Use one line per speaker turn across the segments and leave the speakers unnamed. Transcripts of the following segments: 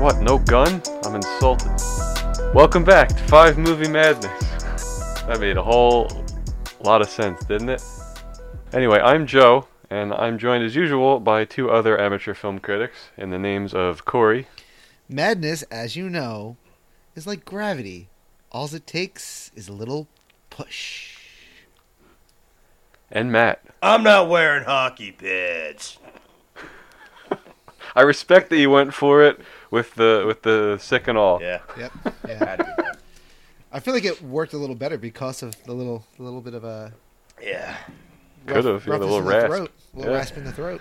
What, no gun? I'm insulted. Welcome back to Five Movie Madness. that made a whole lot of sense, didn't it? Anyway, I'm Joe, and I'm joined as usual by two other amateur film critics in the names of Corey
Madness, as you know, is like gravity. All it takes is a little push.
and Matt.
I'm not wearing hockey pads.
I respect that you went for it with the with the sick and all.
Yeah.
Yep. Yeah. I feel like it worked a little better because of the little, the little bit of a
Yeah.
Could have, yeah, the
roughness
little
in
rasp.
throat, a little
Yeah.
rasp in the throat.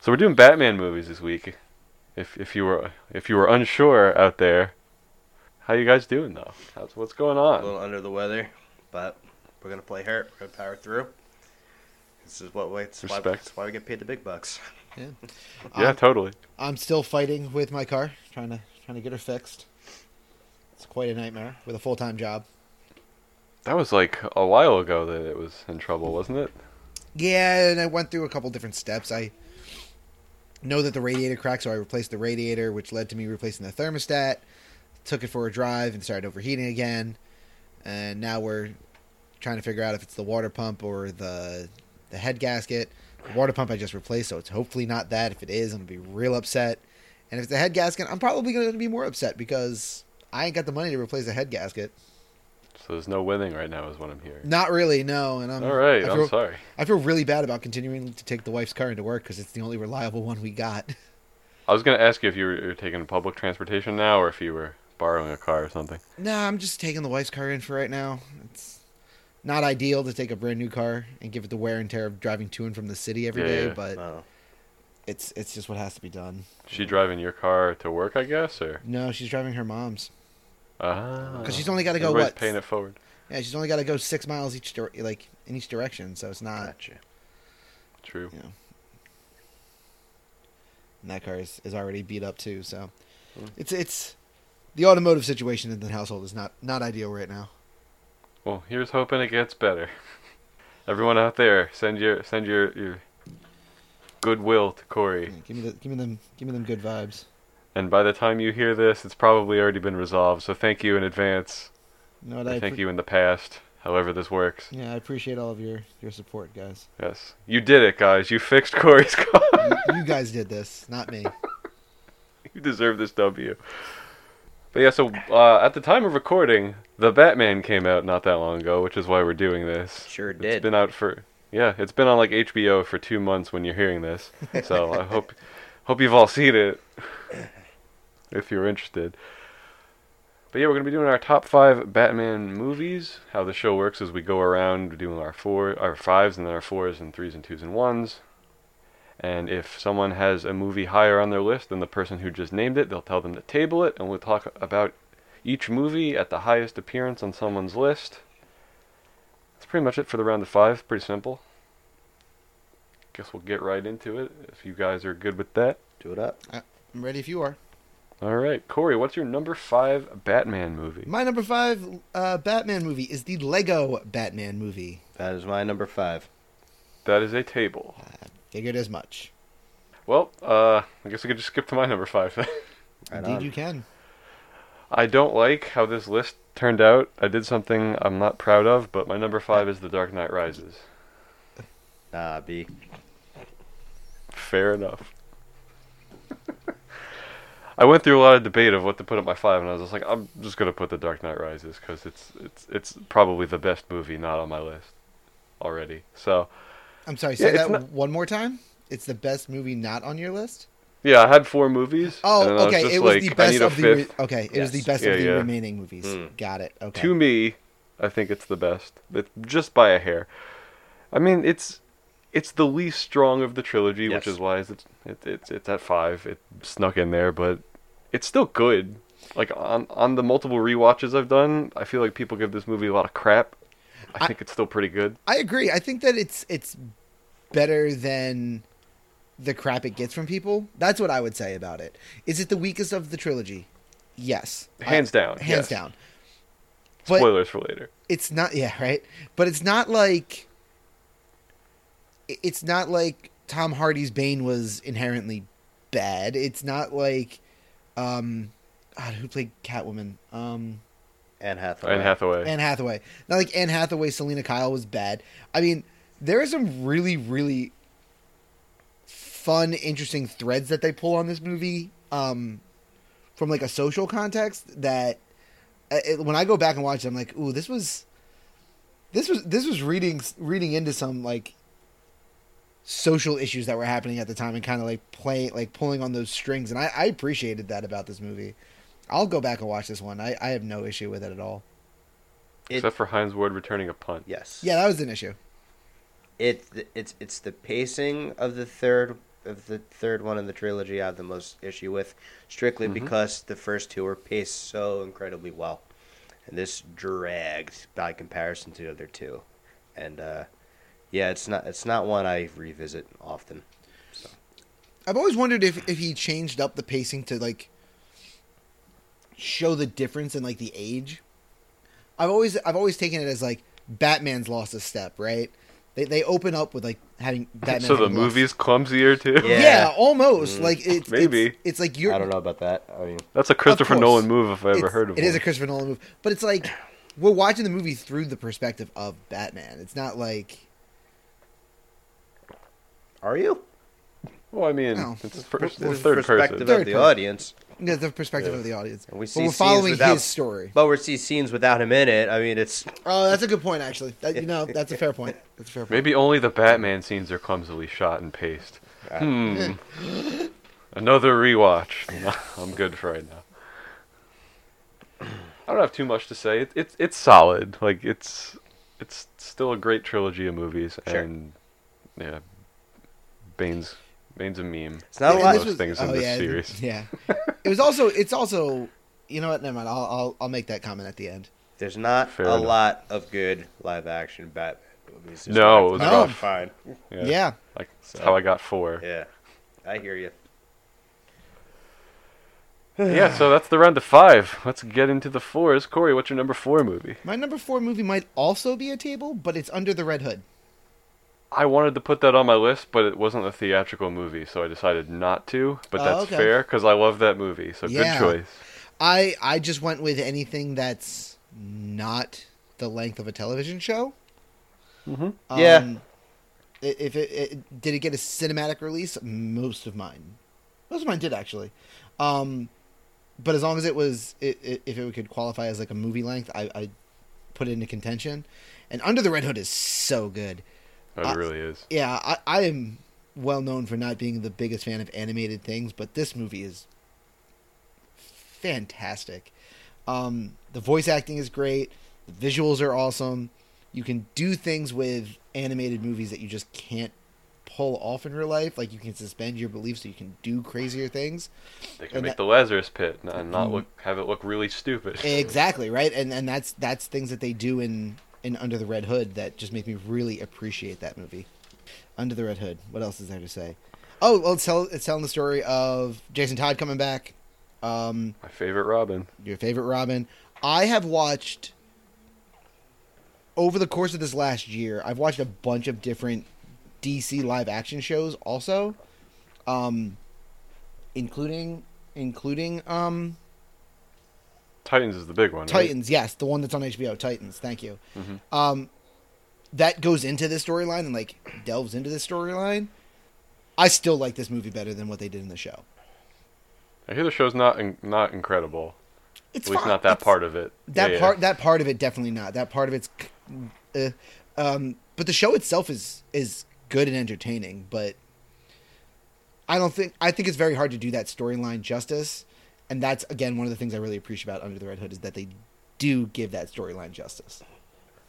So we're doing Batman movies this week. If if you were if you were unsure out there, how you guys doing though? How's, what's going
A
on?
little under the weather, but we're gonna play hurt. We're gonna power through. This is what we. It's why,
Respect.
it's why we get paid the big bucks.
yeah,
um,
totally.
I'm still fighting with my car, trying to trying to get her fixed. It's quite a nightmare with a full time job.
That was like a while ago that it was in trouble, wasn't it?
Yeah, and I went through a couple different steps. I know that the radiator cracked, so I replaced the radiator, which led to me replacing the thermostat. Took it for a drive and started overheating again. And now we're trying to figure out if it's the water pump or the the head gasket. The water pump I just replaced, so it's hopefully not that. If it is, I'm gonna be real upset. And if it's the head gasket, I'm probably gonna be more upset because I ain't got the money to replace a head gasket.
So there's no winning right now, is what I'm hearing.
Not really, no. And I'm
All right,
Um, I
I'm
feel-
sorry.
I feel really bad about continuing to take the wife's car into work because it's the only reliable one we got.
I was gonna ask you if you were, you were taking public transportation now, or if you were borrowing a car or something.
nah, I'm just taking the wife's car in for right now. It's not ideal to take a brand new car and give it the wear and tear of driving to and from the city every
Yeah,
day,
yeah.
but
No.
it's it's just what has to be done.
She driving your car to work, I guess, or
No, she's driving her mom's
ah,
because she's only got to go
everybody's
what?
paying it forward.
Yeah, she's only got to go six miles each dir- like in each direction, so it's not.
Gotcha.
True.
And that car is, is already beat up too, so
Mm.
it's it's the automotive situation in the household is not not ideal right now.
Well, here's hoping it gets better. Everyone out there, send your send your your goodwill to Corey.
Yeah, give me the give me them give me them good vibes.
And by the time you hear this, it's probably already been resolved. So thank you in advance.
You know what
Or
I
thank
appre-
you in the past, however this works.
Yeah, I appreciate all of your your support, guys.
Yes, you did it, guys. You fixed Corey's car.
You, you guys did this, not me.
you deserve this W. But yeah, so uh, at the time of recording, the Batman came out not that long ago, which is why we're doing this.
Sure
It's
did.
been out for yeah, it's been on like HBO for two months when you're hearing this. So I hope hope you've all seen it if you're interested. But yeah, we're gonna be doing our top five Batman movies. How the show works is we go around doing our four, our fives, and then our fours and threes and twos and ones. And if someone has a movie higher on their list than the person who just named it, they'll tell them to table it, and we'll talk about each movie at the highest appearance on someone's list. That's pretty much it for the round of five. Pretty simple. Guess we'll get right into it if you guys are good with that.
Do it up.
I'm ready if you are.
All right, Corey, what's your number five Batman movie?
My number five uh, Batman movie is the Lego Batman movie.
That is my number five.
That is a table.
Figured as much.
Well, uh, I guess I could just skip to my number five then.
Right
Indeed,
on.
you can.
I don't like how this list turned out. I did something I'm not proud of, but my number five is The Dark Knight Rises.
Nah, B.
Fair enough. I went through a lot of debate of what to put at my five, and I was just like, I'm just gonna put The Dark Knight Rises because it's it's it's probably the best movie not on my list already. So
I'm sorry.
Yeah,
Say
it's
that
not-
one more time. It's the best movie not on your list.
yeah, I had four movies.
Oh,
and then I
okay.
just
it was
like,
the
I
best
need a
of the. Re-
fifth.
okay, it was the
Yes.
best
Yeah, Hmm.
of the
yeah.
remaining movies.
Mm.
Got it. Okay.
To me, I think it's the best, but just by a hair. I mean, it's it's the least strong of the trilogy, which
Yes.
is why it's it, it's it's at five. It snuck in there, but it's still good. Like on on the multiple rewatches I've done, I feel like people give this movie a lot of crap. I,
I-
think it's still pretty good.
I agree. I think that it's it's better than the crap it gets from people. That's what I would say about it. Is it the weakest of the trilogy? Yes.
Hands
I-
down,
Hands
yes.
down. But
Spoilers for later.
it's not yeah, right? But it's not like i- it's not like Tom Hardy's Bane was inherently bad. It's not like um, God, who played Catwoman? Um,
Anne Hathaway.
Anne Hathaway.
Anne Hathaway. Not like Anne Hathaway, Selena Kyle was bad. I mean, there are some really, really fun, interesting threads that they pull on this movie um, from like a social context. That uh, it, when I go back and watch it, I'm like, ooh, this was, this was, this was reading reading into some like social issues that were happening at the time and kind of like play like pulling on those strings and I, I appreciated that about this movie i'll go back and watch this one i, I have no issue with it at all
It-
Except for Heinz Ward returning a punt.
yes.
yeah that was an issue
It it's it's the pacing of the third of the third one in the trilogy I have the most issue with, strictly
Mm-hmm.
Mhm.
because the first two were paced so incredibly well, and this dragged by comparison to the other two, and uh, yeah, it's not it's not one I revisit often.
I've always wondered if, if he changed up the pacing to like show the difference in like the age. I've always I've always taken it as like Batman's lost a step, right? They they open up with like having Batman.
so the
having lost-
movie's clumsier too.
Yeah.
yeah. almost
Mm.
like it's
Maybe.
it's, it's like you're
I don't know about that. I mean,
That's a Christopher
course.
Nolan move if I ever
it's-
heard of
It
one.
is a Christopher Nolan movie, but it's like we're watching the movie through the perspective of Batman. It's not like
are you
well, I mean,
No.
it's first,
From
it's
the
third
perspective
person.
of
Third
the
person.
audience?
you know, the perspective
Yeah.
of the audience.
And we see
But we're
scenes
following
without-
his story.
But we see scenes without him in it. I mean, it's
Oh, that's a good point, actually. That, you know, that's a fair point. That's a fair point.
Maybe only the Batman scenes are clumsily shot and paced.
Uh,
Hmm. Another rewatch. No, I'm good for right now. I don't have too much to say. It, it's it's solid. Like it's it's still a great trilogy of movies,
Sure.
and yeah, Bane's Bane's a meme.
It's not a
One of
lot-
and
those
this
things in
oh,
this
yeah,
series.
Yeah, it was also. It's also. You know what? Never mind. I'll I'll, I'll make that comment at the end.
there's not
Fair
a
enough.
lot of good live action Batman movies. There's
No,
one.
No.
fine.
Yeah.
Like that's how I got four.
Yeah, I hear you.
yeah, so that's the round of five. Let's get into the fours. Corey, what's your number four movie?
My number four movie might also be a table, but it's Under the Red Hood.
I wanted to put that on my list, but it wasn't a theatrical movie, so I decided not to. But
Oh,
that's
okay.
fair because I love that movie. So
Yeah.
good choice.
I I just went with anything that's not the length of a television show. Um,
Mhm.
Yeah.
i- If it, it did it get a cinematic release, most of mine, most of mine did actually. Um, but as long as it was, i i if it could qualify as like a movie length, I, I put it into contention. And Under the Red Hood is so good.
Oh, It
Uh,
really is.
Yeah, I, I am well known for not being the biggest fan of animated things, but this movie is fantastic. Um, the voice acting is great. The visuals are awesome. You can do things with animated movies that you just can't pull off in real life. Like you can suspend your beliefs so you can do crazier things.
They can
and
make
that-
the Lazarus Pit and- and not
Mm.
look have it look really stupid.
Exactly right, and and that's that's things that they do in in Under the Red Hood that just make me really appreciate that movie. Under the Red Hood. What else is there to say? Oh well, it's, tell, it's telling the story of Jason Todd coming back. Um,
my favorite Robin.
your favorite Robin. I have watched over the course of this last year. I've watched a bunch of different DC live action shows, also, um, including including um,
Titans is the big one. right?
Titans, yes, the one that's on HBO, Titans. Thank you.
Mhm.
Um, that goes into this storyline and like delves into this storyline. I still like this movie better than what they did in the show.
I hear the show's not in, not incredible.
It's
At least
fine.
not that
It's-
part of it.
That
Yeah, yeah.
part, that part of it, definitely not. That part of it's, uh, um, but the show itself is is good and entertaining. But I don't think I think it's very hard to do that storyline justice, and that's again one of the things I really appreciate about Under the Red Hood is that they do give that storyline justice.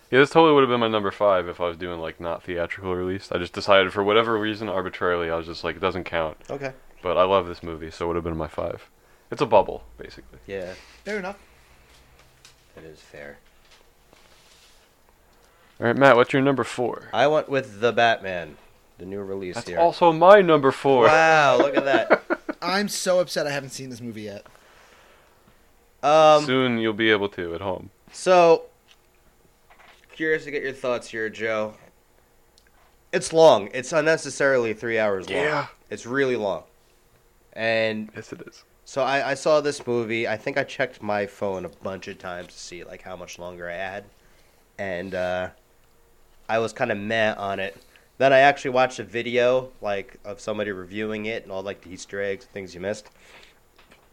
Yeah, this totally would have been my number five if I was doing like not theatrical release. I just decided for whatever reason arbitrarily I was just like it doesn't count.
Okay.
But I love this movie, so it would have been my five. It's a bubble, basically.
Yeah,
Fair enough.
that is fair.
All right, Matt, what's your number four?
I went with the Batman, the new release
That's
here.
also my number four.
Wow, look at that.
I'm so upset I haven't seen this movie yet.
Um,
Soon you'll be able to at home.
So, curious to get your thoughts here, Joe. It's long. It's unnecessarily three hours long.
Yeah.
It's really long. And
Yes, it is.
So I, I saw this movie. I think I checked my phone a bunch of times to see like how much longer I had, and uh, I was kind of meh on it. Then I actually watched a video like of somebody reviewing it and all like the Easter eggs and things you missed,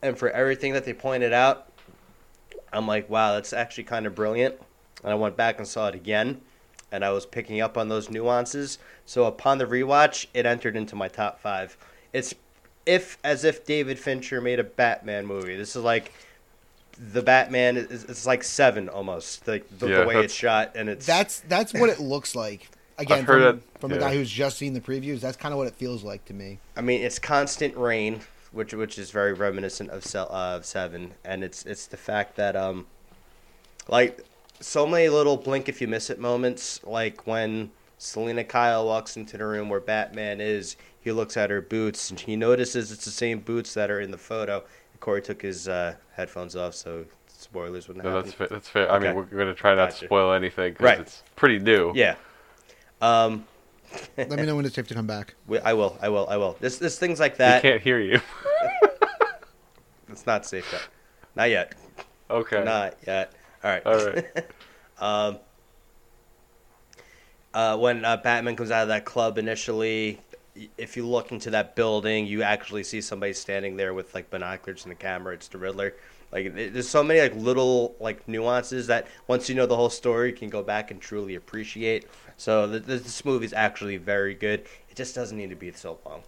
and for everything that they pointed out, I'm like, wow, that's actually kind of brilliant. And I went back and saw it again, and I was picking up on those nuances. So upon the rewatch, it entered into my top five. It's if as if David Fincher made a Batman movie. This is like the Batman is it's like seven almost. Like the,
Yeah,
the way
that's-
it's shot and it's
That's that's what it looks like. Again,
heard
from,
that-
from a
yeah.
guy who's just seen the previews, that's kind of what it feels like to me.
I mean, it's constant rain, which which is very reminiscent of Se- uh, of Seven, and it's it's the fact that um, like so many little blink if you miss it moments, like when Selena Kyle walks into the room where Batman is, he looks at her boots and he notices it's the same boots that are in the photo. Corey took his uh, headphones off, so spoilers wouldn't
No,
happen.
that's fair. That's fair. I mean,
Okay.
we're gonna try not
Gotcha.
to spoil anything because
Right.
it's pretty new.
yeah. Um,
Let me know when it's safe to come back.
we, I will, I will, I will. There's, there's things like
we
that.
can't hear you.
It's not safe yet. Not yet.
okay.
Not yet. All right.
All right.
uh, when uh, Batman comes out of that club initially, y- if you look into that building, you actually see somebody standing there with like binoculars and the camera. It's the Riddler. Like th- there's so many like little like nuances that once you know the whole story, you can go back and truly appreciate. So th- th- this movie's actually very good. It just doesn't need to be so long.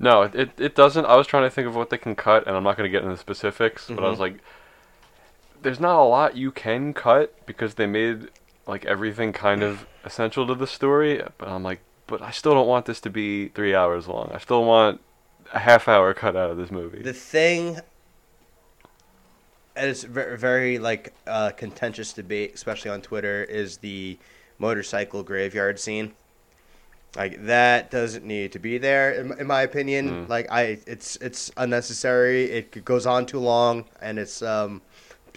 No, it, it it doesn't. I was trying to think of what they can cut, and I'm not going to get into the specifics, but I was
Mhm.
like, there's not a lot you can cut because they made like everything kind of essential to the story. But I'm like, but I still don't want this to be three hours long. I still want a half hour cut out of this movie.
The thing and it's very, very like uh, contentious debate, especially on Twitter, is the motorcycle graveyard scene. Like that doesn't need to be there, in, in my opinion.
Mm.
Like I, it's it's unnecessary. It goes on too long, and it's um,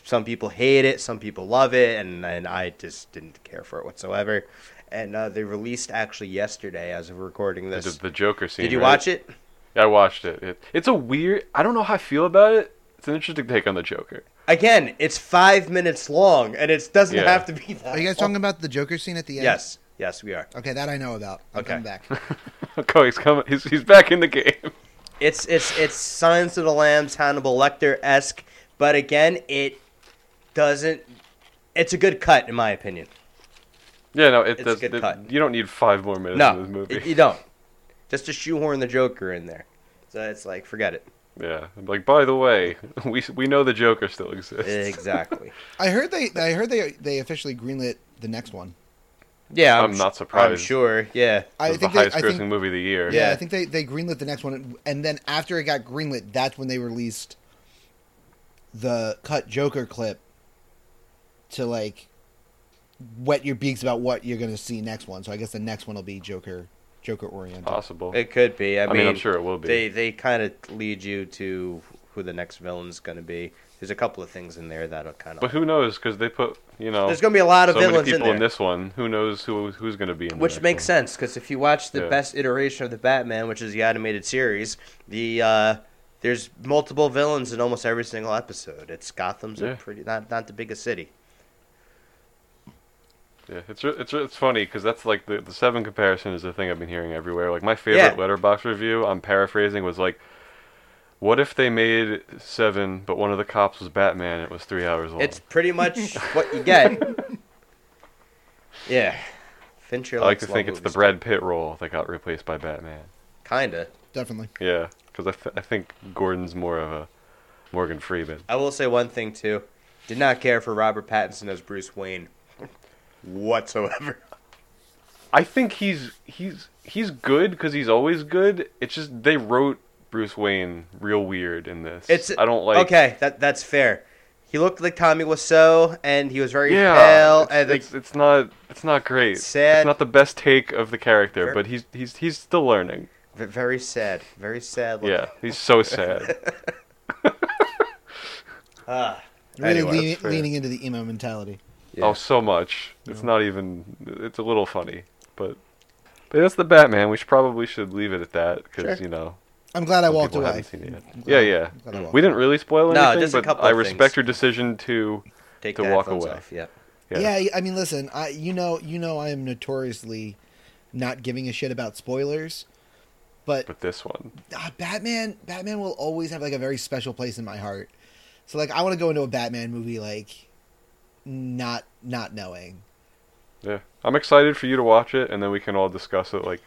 some people hate it, some people love it, and and I just didn't care for it whatsoever. And uh, they released actually yesterday, as of recording
the,
this.
the Joker scene.
Did you
right?
watch it?
I watched it. it. It's a weird. I don't know how I feel about it. It's an interesting take on the Joker.
Again, it's five minutes long, and it doesn't
Yeah.
have to be that.
Are you guys
long.
talking about the Joker scene at the end?
Yes, yes, we are.
Okay, that I know about. I'm
Okay.
coming back.
Okay, he's coming. He's he's back in the game.
It's it's it's Silence of the Lambs, Hannibal Lecter esque, but again, it doesn't. It's a good cut, in my opinion.
Yeah, no, it
a
does.
good
it-
cut.
You don't need five more minutes in
No,
this movie.
it- you don't. Just to shoehorn the Joker in there, so it's like forget it.
Yeah, like by the way, we we know the Joker still exists.
Exactly.
I heard they I heard they they officially greenlit the next one.
Yeah,
I'm
sh-
not surprised.
I'm sure. Yeah,
It
I
was
think
the
they,
highest
I
grossing
think
movie of the year.
yeah,
Yeah.
I think they they greenlit the next one and then after it got greenlit, that's when they released the cut Joker clip to like wet your beaks about what you're going to see next one. So I guess the next one will be Joker Joker oriented.
possible.
it could be. I,
I mean, I'm sure it will be.
They they kind of lead you to who the next villain's going to be. There's a couple of things in there that'll kind of.
but who knows? Because they put you know
There's going to be a lot
Oh, so
of
many
villains in
people
there.
in this one. Who knows who who's going to be in? the
Which
next
makes
one.
sense because if you watch the
Yeah.
best iteration of the Batman, which is the animated series, the uh, there's multiple villains in almost every single episode. It's Gotham's
Yeah.
a pretty not not the biggest city.
Yeah, it's re- it's re- it's funny because that's like the the seven comparison is the thing I've been hearing everywhere. Like my favorite
Yeah.
letterbox review, I'm paraphrasing, was like. What if they made seven, but one of the cops was Batman? It was three hours long.
It's pretty much what you get. yeah, Fincher.
I like
likes
to think
long
it's the
movies.
Brad Pitt role that got replaced by Batman.
Kinda.
Definitely.
Yeah, because I, th- I think Gordon's more of a Morgan Freeman.
I will say one thing too. Did not care for Robert Pattinson as Bruce Wayne whatsoever.
I think he's he's he's good because he's always good. It's just they wrote Bruce Wayne real weird in this.
It's
I don't like.
Okay, that that's fair. He looked like Tommy Wiseau, and he was very
Yeah,
pale.
it's,
and the-
it's, it's not it's not great.
Sad.
It's not the best take of the character,
Ver-
but he's he's he's still learning.
V- Very sad. Very sad. look.
Yeah, he's so sad. Oh,
Ah.
Really
Anyway,
leaning,
that's fair.
leaning into the emo mentality.
Yeah.
Oh, so much. It's not even. It's a little funny, but but that's the Batman. We should probably should leave it at that because
Sure.
you know
I'm glad I
Some
walked
people
away.
haven't seen it yet. Yeah, yeah.
I'm glad I walked
We didn't really spoil
No,
anything,
just a
but
couple
I
of
respect
things.
your decision to.
Take
To
the
walk
headphones
away.
Off. Yeah.
Yeah.
Yeah. I mean, listen, I you know you know I am notoriously not giving a shit about spoilers, but
But this one,
uh, Batman Batman will always have like a very special place in my heart. So like I want to go into a Batman movie like not not knowing.
yeah, I'm excited for you to watch it, and then we can all discuss it like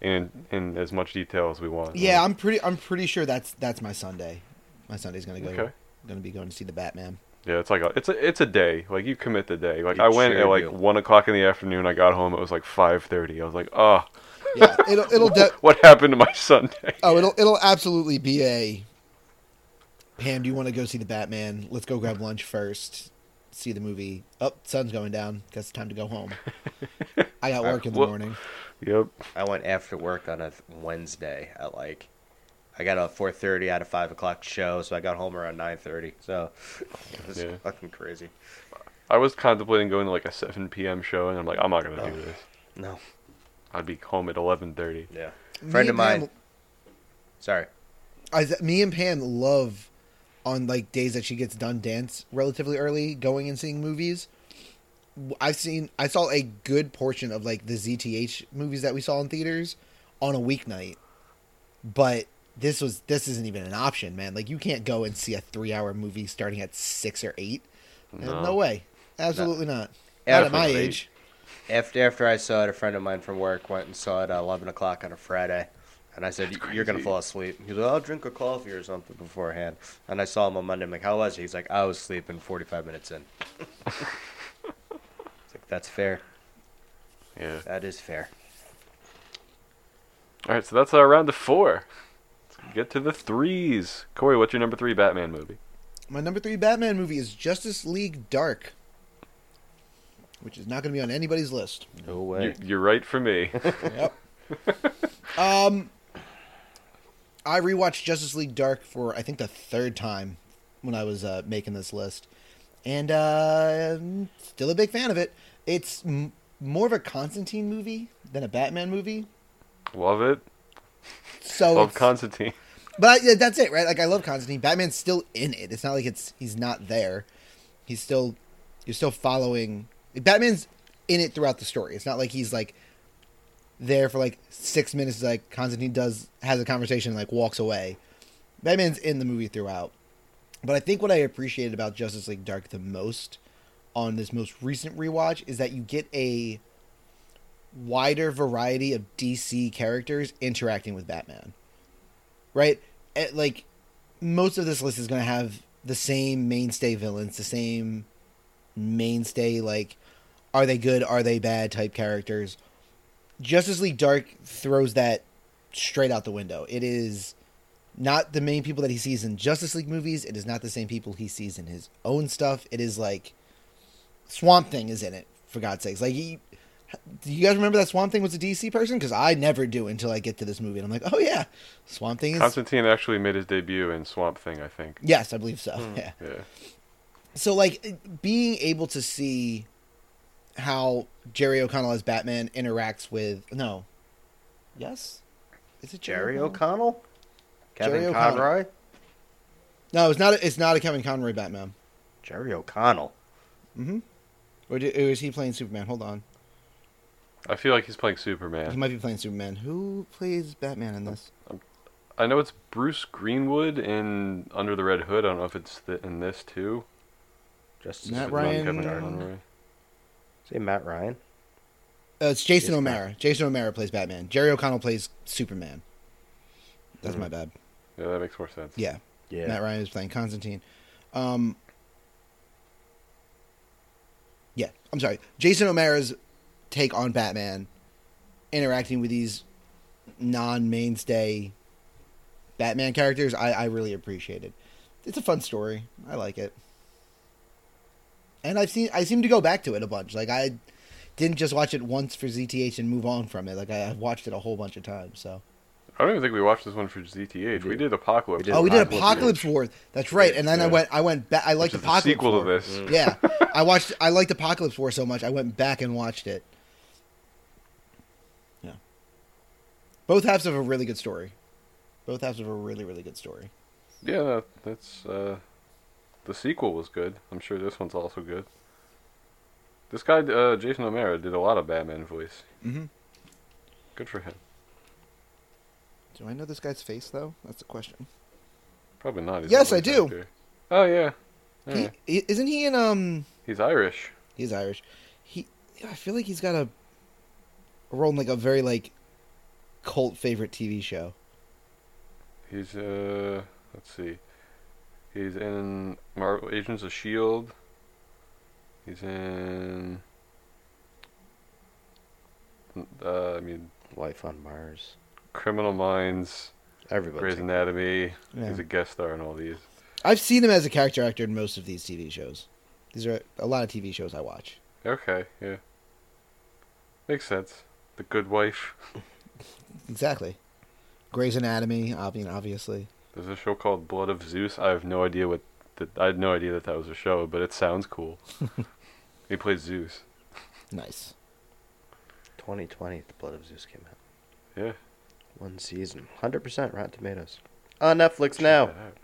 in in as much detail as we want.
Mm.
Yeah, I'm pretty I'm pretty sure that's that's my Sunday. My Sunday's going to go
Okay.
going to be going to see the Batman.
Yeah, it's like a, it's a it's a day. Like you commit the day. Like
You
I went
sure
at like
do.
one o'clock in the afternoon. I got home. It was like five thirty. I was like, oh,
Yeah, it'll it'll de-
what happened to my Sunday?
Oh, it'll it'll absolutely be a. Pam, do you want to go see the Batman? Let's go grab lunch first. See the movie. Oh, sun's going down. Guess it's time to go home. I got work in the
Well-
morning.
Yep.
I went after work on a th- Wednesday at like, I got a four thirty out of five o'clock show, so I got home around nine thirty. So it was
Yeah.
fucking crazy.
I was contemplating going to like a seven p.m. show, and I'm like, I'm not gonna do this.
No.
I'd be home at eleven thirty.
Yeah.
Me
Friend of
and Pam-
mine. Sorry.
I, th- me and Pam love on like days that she gets done dance relatively early, going and seeing movies. W- I've seen I saw a good portion of like the ZTH movies that we saw in theaters on a weeknight, but this was this isn't even an option, man. Like you can't go and see a three hour movie starting at six or eight. Eh, No,
No.
way, absolutely not.
Yeah,
Not at my
definitely eight.
age.
After after I saw it, a friend of mine from work went and saw it at eleven o'clock on a Friday, and I said,
That's
"You're gonna
crazy.
fall asleep." He was like, "I'll drink a coffee or something beforehand." And I saw him on Monday. I'm like, "How was it?" He's like, "I was sleeping 45 minutes in." it's like that's fair.
Yeah.
That is fair.
All right, so that's our round of four. Let's get to the threes. Corey, what's your number three Batman movie?
My number three Batman movie is Justice League Dark, which is not going to be on anybody's list.
No
You, you're right for me.
Yep. um, I rewatched Justice League Dark for I think the third time when I was uh, making this list, and uh, I'm still a big fan of it. It's m- more of a Constantine movie than a Batman movie.
Love it.
So,
Oh,
Love
it's-
Constantine.
but I, yeah, that's it, right? Like I love Constantine. Batman's still in it. It's not like it's he's not there. He's still you're still following. Batman's in it throughout the story. It's not like he's like there for like six minutes. Like Constantine does has a conversation, and, like walks away. Batman's in the movie throughout. But I think what I appreciated about Justice League Dark the most on this most recent rewatch is that you get a wider variety of DC characters interacting with Batman right? Eh, like most of this list is going to have the same mainstay villains, the same mainstay like are they good, are they bad type characters. Justice League Dark throws that straight out the window. It is not the main people that he sees in Justice League movies. It is not the same people he sees in his own stuff. It is like Swamp Thing is in it for God's sakes. Like, he, do you guys remember that Swamp Thing was a DC person? Because I never do until I get to this movie, and I'm like, oh yeah, Swamp Thing is
Constantine actually made his debut in Swamp Thing, I think.
Yes, I believe so. Yeah.
Yeah.
So like being able to see how Jerry O'Connell as Batman interacts with no. Yes? Is it
Jerry O'Connell, Kevin
Jerry O'Connell.
Conroy,
No, it's not a, it's not a Kevin Conroy Batman.
Jerry O'Connell.
Mhm. Or, do, or is he playing Superman? Hold on.
I feel like he's playing
He
Superman.
might be playing Superman. Who plays Batman in this?
I know it's Bruce Greenwood in Under the Red Hood. I don't know if it's th- in this too.
Justice
Matt
If it's
League
not
Ryan-
Kevin
Dark.
Conroy.
Say Matt Ryan.
Uh, it's Jason
Yes,
O'Mara. Jason O'Mara plays Batman. Jerry O'Connell plays Superman. That's
Mhm.
Mm-hmm.
my bad.
Yeah, that makes more sense.
Yeah.
Yeah.
Matt Ryan is playing Constantine. Um, yeah, I'm sorry. Jason O'Mara's take on Batman, interacting with these non-mainstay Batman characters, I, I really appreciated. It's a fun story. I like it. And I've seen I seem to go back to it a bunch. Like I didn't just watch it once for ZTH and move on from it. Like I, I've watched it a whole bunch of times. So
I don't even think we watched this one for ZTH. We
We
did Apocalypse.
We did
oh, we did
Apocalypse
Apocalypse War. That's right. And then I
Yeah.
went I went back. I liked
which is the
Apocalypse Mm.
sequel
War.
to this.
Yeah, I watched. I liked Apocalypse War so much, I went back and watched it. Yeah, both halves have a really good story. Both halves have a really, really good story.
Yeah, that, that's uh, the sequel was good. I'm sure this one's also good. This guy, uh, Jason O'Mara, did a lot of Batman voice.
Mm-hmm.
Good for him.
Do I know this guy's face though? That's the question.
Probably not. a
Yes, I
voice
do.
actor. Oh yeah.
He,
Yeah.
i- isn't he in um?
He's Irish.
He's Irish. He, I feel like he's got a, a role in like a very like cult favorite TV show.
He's uh, let's see. He's in Marvel Agents of Shield. E He's in. Uh, I mean,
Life on Mars.
Criminal Minds, Grey's
Everybody.
Anatomy.
Yeah.
He's a guest star in all these.
I've seen him as a character actor in most of these TV shows. These are a lot of TV shows I watch.
Okay, yeah. Makes sense. The Good Wife.
Exactly. Grey's Anatomy, obvi- obviously.
There's a show called Blood of Zeus. I have no idea what. The, I had no idea that that was a show, but it sounds cool. he plays Zeus.
Nice.
2020, The Blood of Zeus came out.
Yeah.
One season. 100% Rotten Tomatoes. On Netflix
check
now.
that out.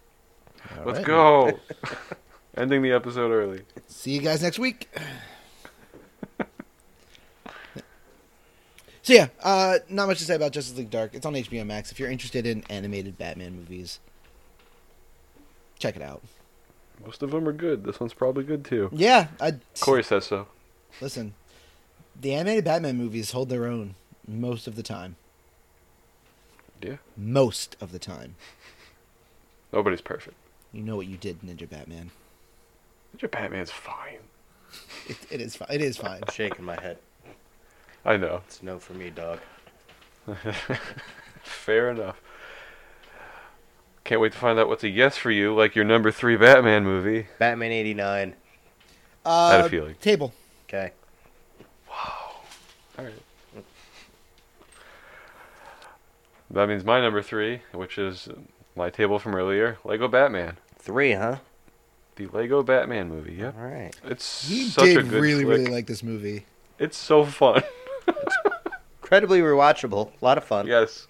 All
Let's
right.
go. Ending the episode early.
See you guys next week. so yeah, uh, not much to say about Justice League Dark. It's on HBO Max. If you're interested in animated Batman movies, check it out.
Most of them are good. This one's probably good too.
Yeah, I
Corey says so.
listen. The animated Batman movies hold their own most of the time.
Yeah.
Most of the time.
Nobody's perfect.
You know what you did, Ninja Batman.
Your Batman's fine.
It, it is fine. It is fine.
I'm shaking my head.
I know.
It's no for me, dog.
Fair enough. Can't wait to find out what's a yes for you, like your number three Batman movie.
Batman 89.
Uh,
had a feeling.
Table.
Okay.
All right. That means my number three, which is my table from earlier, Lego Batman,
Three, huh?
the Lego Batman movie. Yep,
All right.
it's
You
such
did
a good
really,
flick.
really like this movie.
It's so fun.
Incredibly rewatchable. A lot of fun.
yes.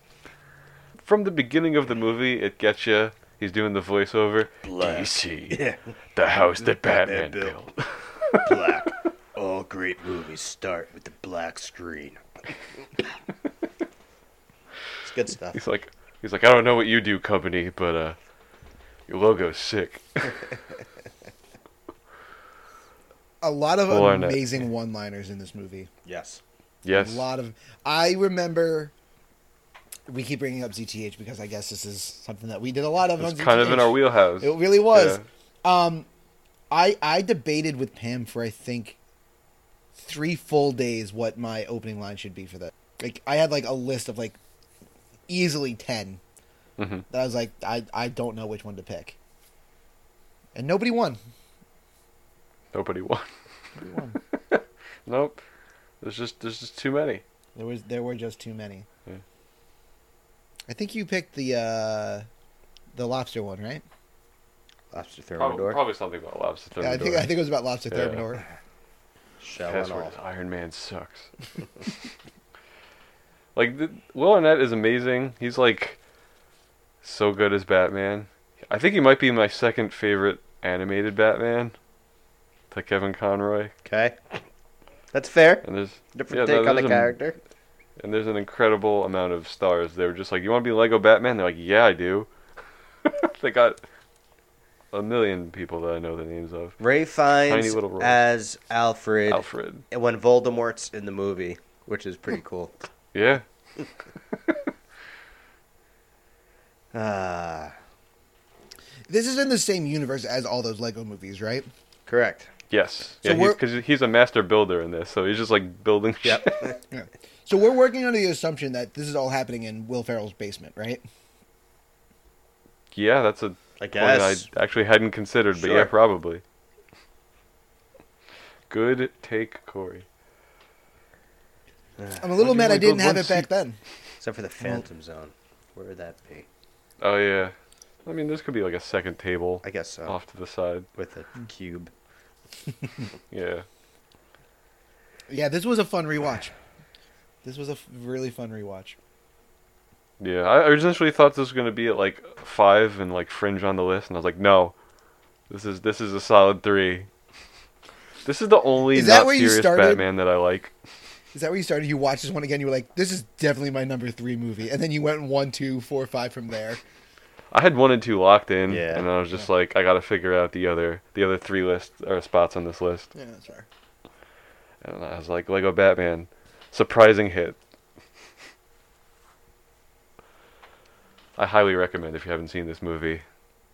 From the beginning of the movie, it gets you. He's doing the voiceover. DC,
Yeah.
the house that
Batman
Batman,
built.
built.
Black. All great movies start with the black screen. it's good stuff.
He's like, he's like, I don't know what you do, company, but uh, your logo's sick.
A lot of
Well, I know.
amazing one-liners in this movie.
Yes.
uh, Yes.
A lot of. I remember. We keep bringing up ZTH because I guess this is something that we did a lot of.
It's
on
kind of in
ZTH.
our wheelhouse.
It really was. Um, I I debated with Pam for I think three full days what my opening line should be for that. Like I had like a list of like easily 10
Mhm.
that I was like I I don't know which one to pick, and nobody won.
Nobody won.
Nobody won.
Nope. There's just there's just too many.
There was there were just too many.
Yeah.
I think you picked the uh the lobster one, right?
Lobster
Probably,
Thermidor.
probably something about lobster
Yeah, I
thermidor.
think I think it was about lobster
Yeah.
thermidor.
Shell and
Password
all.
is Iron Man sucks. like the, Will Arnett is amazing. He's like so good as Batman. I think he might be my second favorite animated Batman. To Kevin Conroy,
Okay. That's fair.
and there's
Different
Yeah, no,
take on the
there's a-
character.
and there's an incredible amount of stars. They were just like, "You want to be Lego Batman?" They're like, "Yeah, I do." they got a million people that I know the names of.
Ray Fiennes
little role.
as Alfred,
Alfred.
when Voldemort's in the movie, which is pretty cool.
Yeah.
Ah,
This is in the same universe as all those Lego movies, right?
correct.
Yes.
So
Yeah,
we're-
because he's, a master builder in this, so he's just like building shit.
Yep.
Yeah. So we're working under the assumption that this is all happening in Will Ferrell's basement, right?
yeah, that's a
I
point
guess.
I actually hadn't considered, but yeah,
Sure.
probably. Good take, Corey.
I'm a
Why do you
little mad I
only
didn't
build
have
one
it back
seat?
then.
Except for the Phantom Zone. Where would that be?
Oh yeah. I mean, this could be like a second table
I guess so.
off to the side.
With a
Hmm.
cube.
Yeah.
Yeah, this was a fun rewatch. This was a f- really fun rewatch.
Yeah, I originally thought this was gonna be at like five and like fringe on the list, and I was like, no, this is this is a solid three. This is the only
Is that
not
where you
serious
started?
Batman that I like.
Is that where you started? You watched this one again. You were like, "This is definitely my number three movie," and then you went one, two, four, five from there.
I had one and two locked in,
Yeah.
and I was just like, I gotta figure out the other the other three lists or spots on this list.
Yeah, that's fair.
And I was like, Lego Batman, surprising hit. I highly recommend if you haven't seen this movie.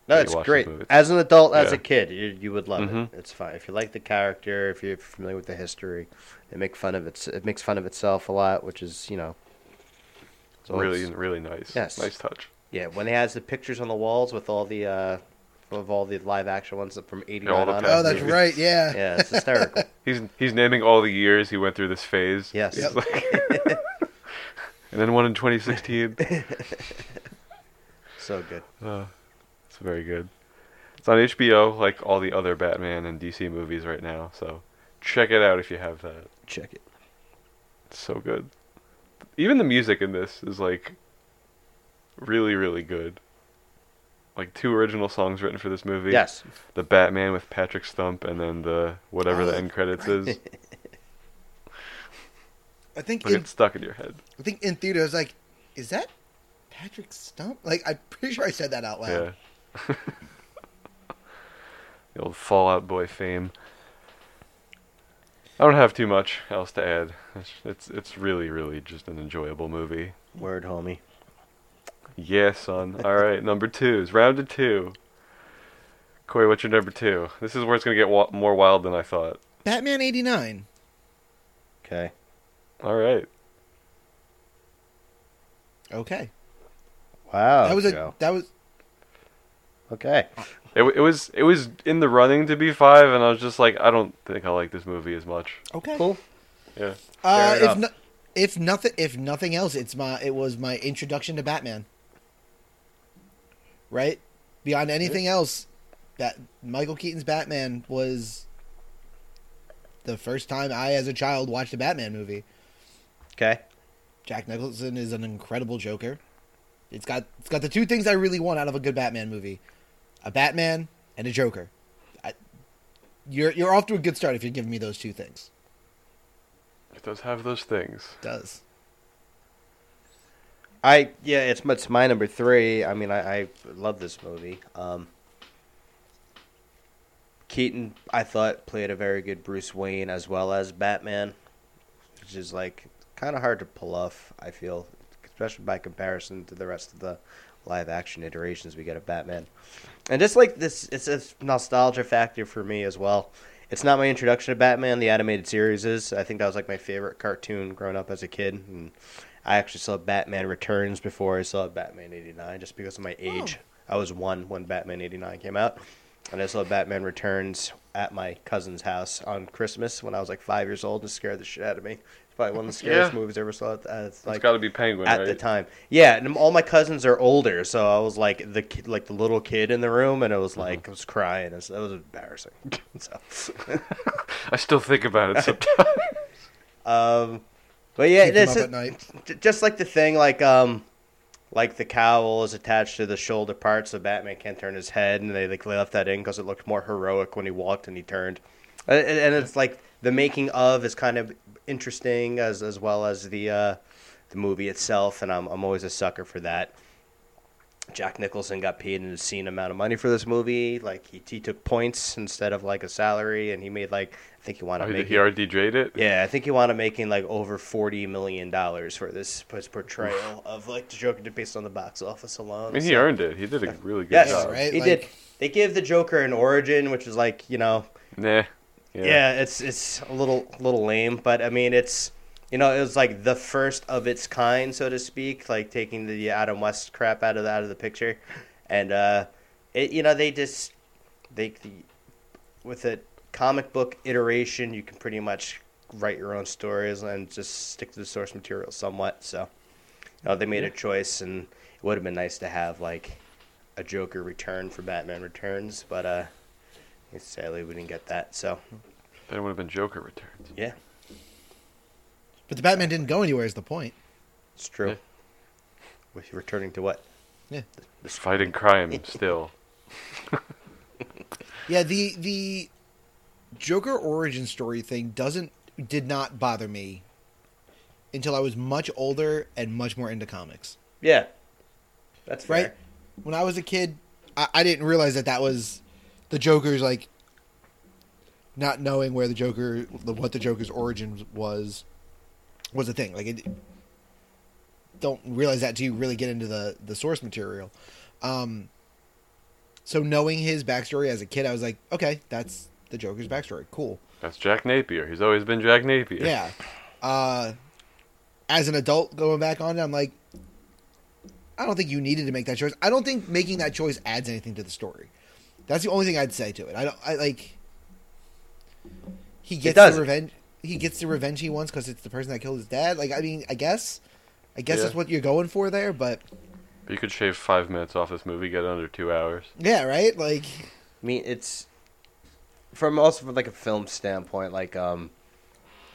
No,
Yeah,
it's
watch this
great.
movie.
As an adult, as
Yeah.
a kid, you, you would love
Mhm.
it. It's fine if you like the character, if you're familiar with the history. It make fun of its. It makes fun of itself a lot, which is you know.
It's
so
really,
it's-
really nice.
Yes.
Nice touch.
Yeah, when it has the pictures on the walls with all the uh, of all the live action ones from eighty
all
nine
the
on.
past
Oh, that's
movies.
right. Yeah.
Yeah, it's hysterical.
He's he's naming all the years he went through this phase.
Yes.
He's like- and then one in 2016.
so good.
Uh, it's very good. It's on HBO, like all the other Batman and DC movies right now. So check it out if you have that.
Check it.
It's so good. Even the music in this is like really, really good. Like two original songs written for this movie.
Yes.
The Batman with Patrick Stump, and then the whatever the
Oh,
end credits is.
I think
It'll
in,
get stuck in your head.
I think in theater, I was like, "Is that Patrick Stump?" Like, I'm pretty sure I said that out
Yeah.
loud.
the old Fallout Boy fame. I don't have too much else to add. It's it's, it's really really just an enjoyable movie.
Word, homie.
Yeah, son. All right, number two is round of two. Corey, what's your number two? This is where it's gonna get wa- more wild than I thought.
Batman '89.
Okay.
All right,
Okay,
Oh,
Wow.
that was a
Joe.
that was
okay.
it w- it was it was in the running to be five, and I was just like, I don't think I like this movie as much.
okay.
Cool.
Yeah,
Uh,
Fair
if
enough.
no, if nothing if nothing else, it's my it was my introduction to Batman. Right? Beyond anything else, that Michael Keaton's Batman was the first time I as a child watched a Batman movie.
Okay.
Jack Nicholson is an incredible Joker. It's got it's got the two things I really want out of a good Batman movie. A Batman and a Joker. I, you're you're off to a good start if you're giving me those two things.
it does have those things.
does.
I yeah, it's my- it's my number three. I mean, I, I love this movie. Um, Keaton, I thought played a very good Bruce Wayne as well as Batman, which is like kind of hard to pull off. I feel, especially by comparison to the rest of the live action iterations we get of Batman, and just like this, it's a nostalgia factor for me as well. It's not my introduction to Batman. The animated series is. I think that was like my favorite cartoon growing up as a kid. And I actually saw Batman Returns before I saw Batman '89, just because of
Oh.
my age. I was one when Batman '89 came out, and I saw Batman Returns at my cousin's house on Christmas when I was like five years old. and It scared the shit out of me. It's probably one of the scariest
Yeah.
movies I ever saw. At, at,
it's
like
got to be Penguin,
at
right?
the time. Yeah, and all my cousins are older, so I was like the ki- like the little kid in the room, and it was like I was crying. It was embarrassing. so,
I still think about it sometimes.
um, but yeah,
Keep him
this
up
is
at night.
j- just like the thing, like um, like the cowl is attached to the shoulder part, so Batman can't turn his head, and they like left that in because it looked more heroic when he walked and he turned, and, and- and it's like the making of is kind of interesting as as well as the uh, the movie itself, and I'm I'm always a sucker for that. Jack Nicholson got paid an obscene amount of money for this movie. Like he, he took points instead of like a salary, and he made like I think he wound
Oh,
up
he,
making
he already DJ'd it.
yeah, I think he wound up making like over forty million dollars for this his portrayal of like the Joker based on the box office alone.
I mean, he
so-
earned it. He did a really good
Yes,
job.
Yeah, right?
he
Like-
did. They give the Joker an origin, which is like you know,
Nah.
yeah. it's it's a little little lame, but I mean, it's you know, it was like the first of its kind, so to speak, like taking the Adam West crap out of the, out of the picture, and uh, it you know they just they the, with a comic book iteration, you can pretty much write your own stories and just stick to the source material somewhat. So, you know, they made a choice, and it would have been nice to have like a Joker return for Batman Returns, but uh, sadly we didn't get that. So,
Then it would have been Joker Returns.
yeah,
But the Batman didn't go anywhere is the point.
it's true.
Yeah.
With returning to what?
It's fighting crime still.
Yeah, the the Joker origin story thing doesn't did not bother me until I was much older and much more into comics.
Yeah, that's fair.
Right? When I was a kid, I, I didn't realize that that was the Joker's like not knowing where the Joker, the, what the Joker's origin was, was a thing. Like, it, don't realize that till you really get into the the source material. Um, so knowing his backstory as a kid, I was like, okay, that's the Joker's backstory. Cool.
That's Jack Napier. He's always been Jack Napier.
Yeah. Uh, as an adult going back on it, I'm like, I don't think you needed to make that choice. I don't think making that choice adds anything to the story. That's the only thing I'd say to it. I don't. I like. He gets the
doesn't.
revenge. He gets the revenge he wants because it's the person that killed his dad. Like, I mean, I guess, I guess
Yeah.
that's what you're going for there. But
You could shave five minutes off this movie, get it under two hours.
yeah, right? Like,
I mean, it's from also from like a film standpoint, like um,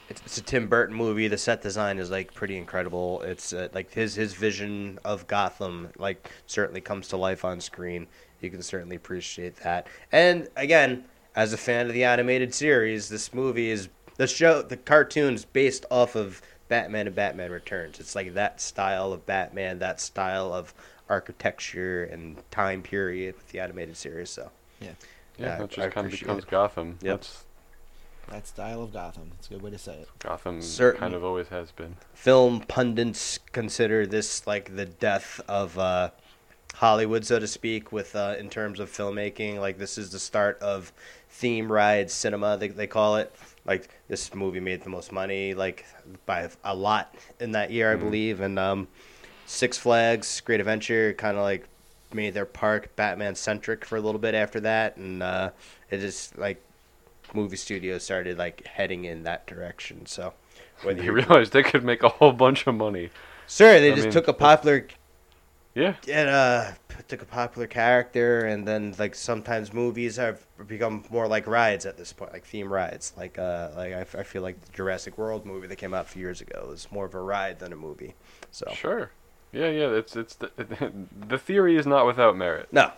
it's, it's a Tim Burton movie. The set design is like pretty incredible. It's uh, like his his vision of Gotham like certainly comes to life on screen. You can certainly appreciate that. And again, as a fan of the animated series, this movie is the show the cartoons based off of Batman and Batman Returns. It's like that style of Batman, that style of architecture and time period with the animated series. So.
yeah,
Yeah,
Yeah,
that
I
just kind of
appreciate
becomes
it.
Gotham.
Yep.
That's
that style of Gotham. It's a good way to say it.
Gotham
Certain-
kind of always has been.
film pundits consider this like the death of uh, Hollywood, so to speak, with uh, in terms of filmmaking. Like this is the start of theme ride cinema, they, they call it. Like this movie made the most money, like by a lot in that year, I believe. And um, Six Flags, Great Adventure, kind of like made their park Batman centric for a little bit after that, and uh, it just like movie studios started like heading in that direction. So whether
They
you-
realized they could make a whole bunch of money.
Sure, they
I
just
mean,
took a popular
Yeah,
and uh p- took a popular character, and then like sometimes movies have become more like rides at this point, like theme rides. Like uh, like I, f- I feel like the Jurassic World movie that came out a few years ago is more of a ride than a movie. So
sure. Yeah, yeah. It's it's the, the theory is not without merit.
no,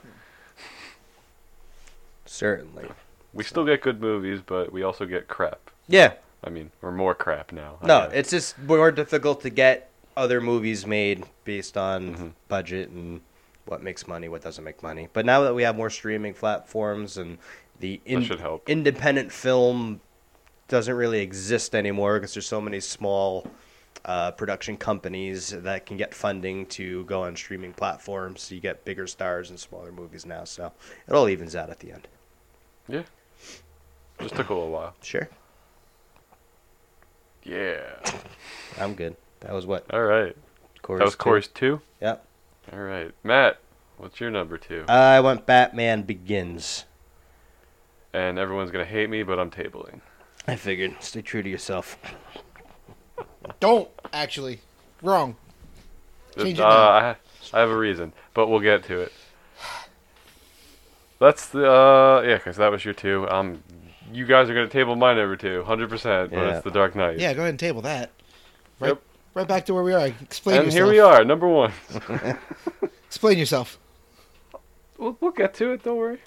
certainly,
We still get good movies, but we also get crap.
yeah.
I mean, or more crap now. I
No,
guess.
it's just more difficult to get other movies made based on
Mm-hmm.
budget and what makes money, what doesn't make money. But now that we have more streaming platforms and the in-
should help.
independent film doesn't really exist anymore because there's so many small uh, production companies that can get funding to go on streaming platforms. So you get bigger stars and smaller movies now. So it all evens out at the end.
yeah. Just took a little while.
Sure,
Yeah.
I'm good. That was what
All right.
Corey's
That was
two.
Corey's two.
Yep.
All right, Matt. What's your number two?
I want Batman Begins.
and everyone's gonna hate me, but I'm tabling.
I figured. Stay true to yourself.
Don't actually wrong. Change it
Uh,
now.
I, I have a reason, but we'll get to it. That's the uh, yeah, 'cause that was your two. Um, you guys are gonna table my number two, hundred percent. But
Yeah.
it's the Dark Knight.
Yeah, go ahead and table that. Right,
Yep.
right back to where we are. Explain
And
yourself.
here we are, number one.
Explain yourself.
we'll, we'll get to it. Don't worry.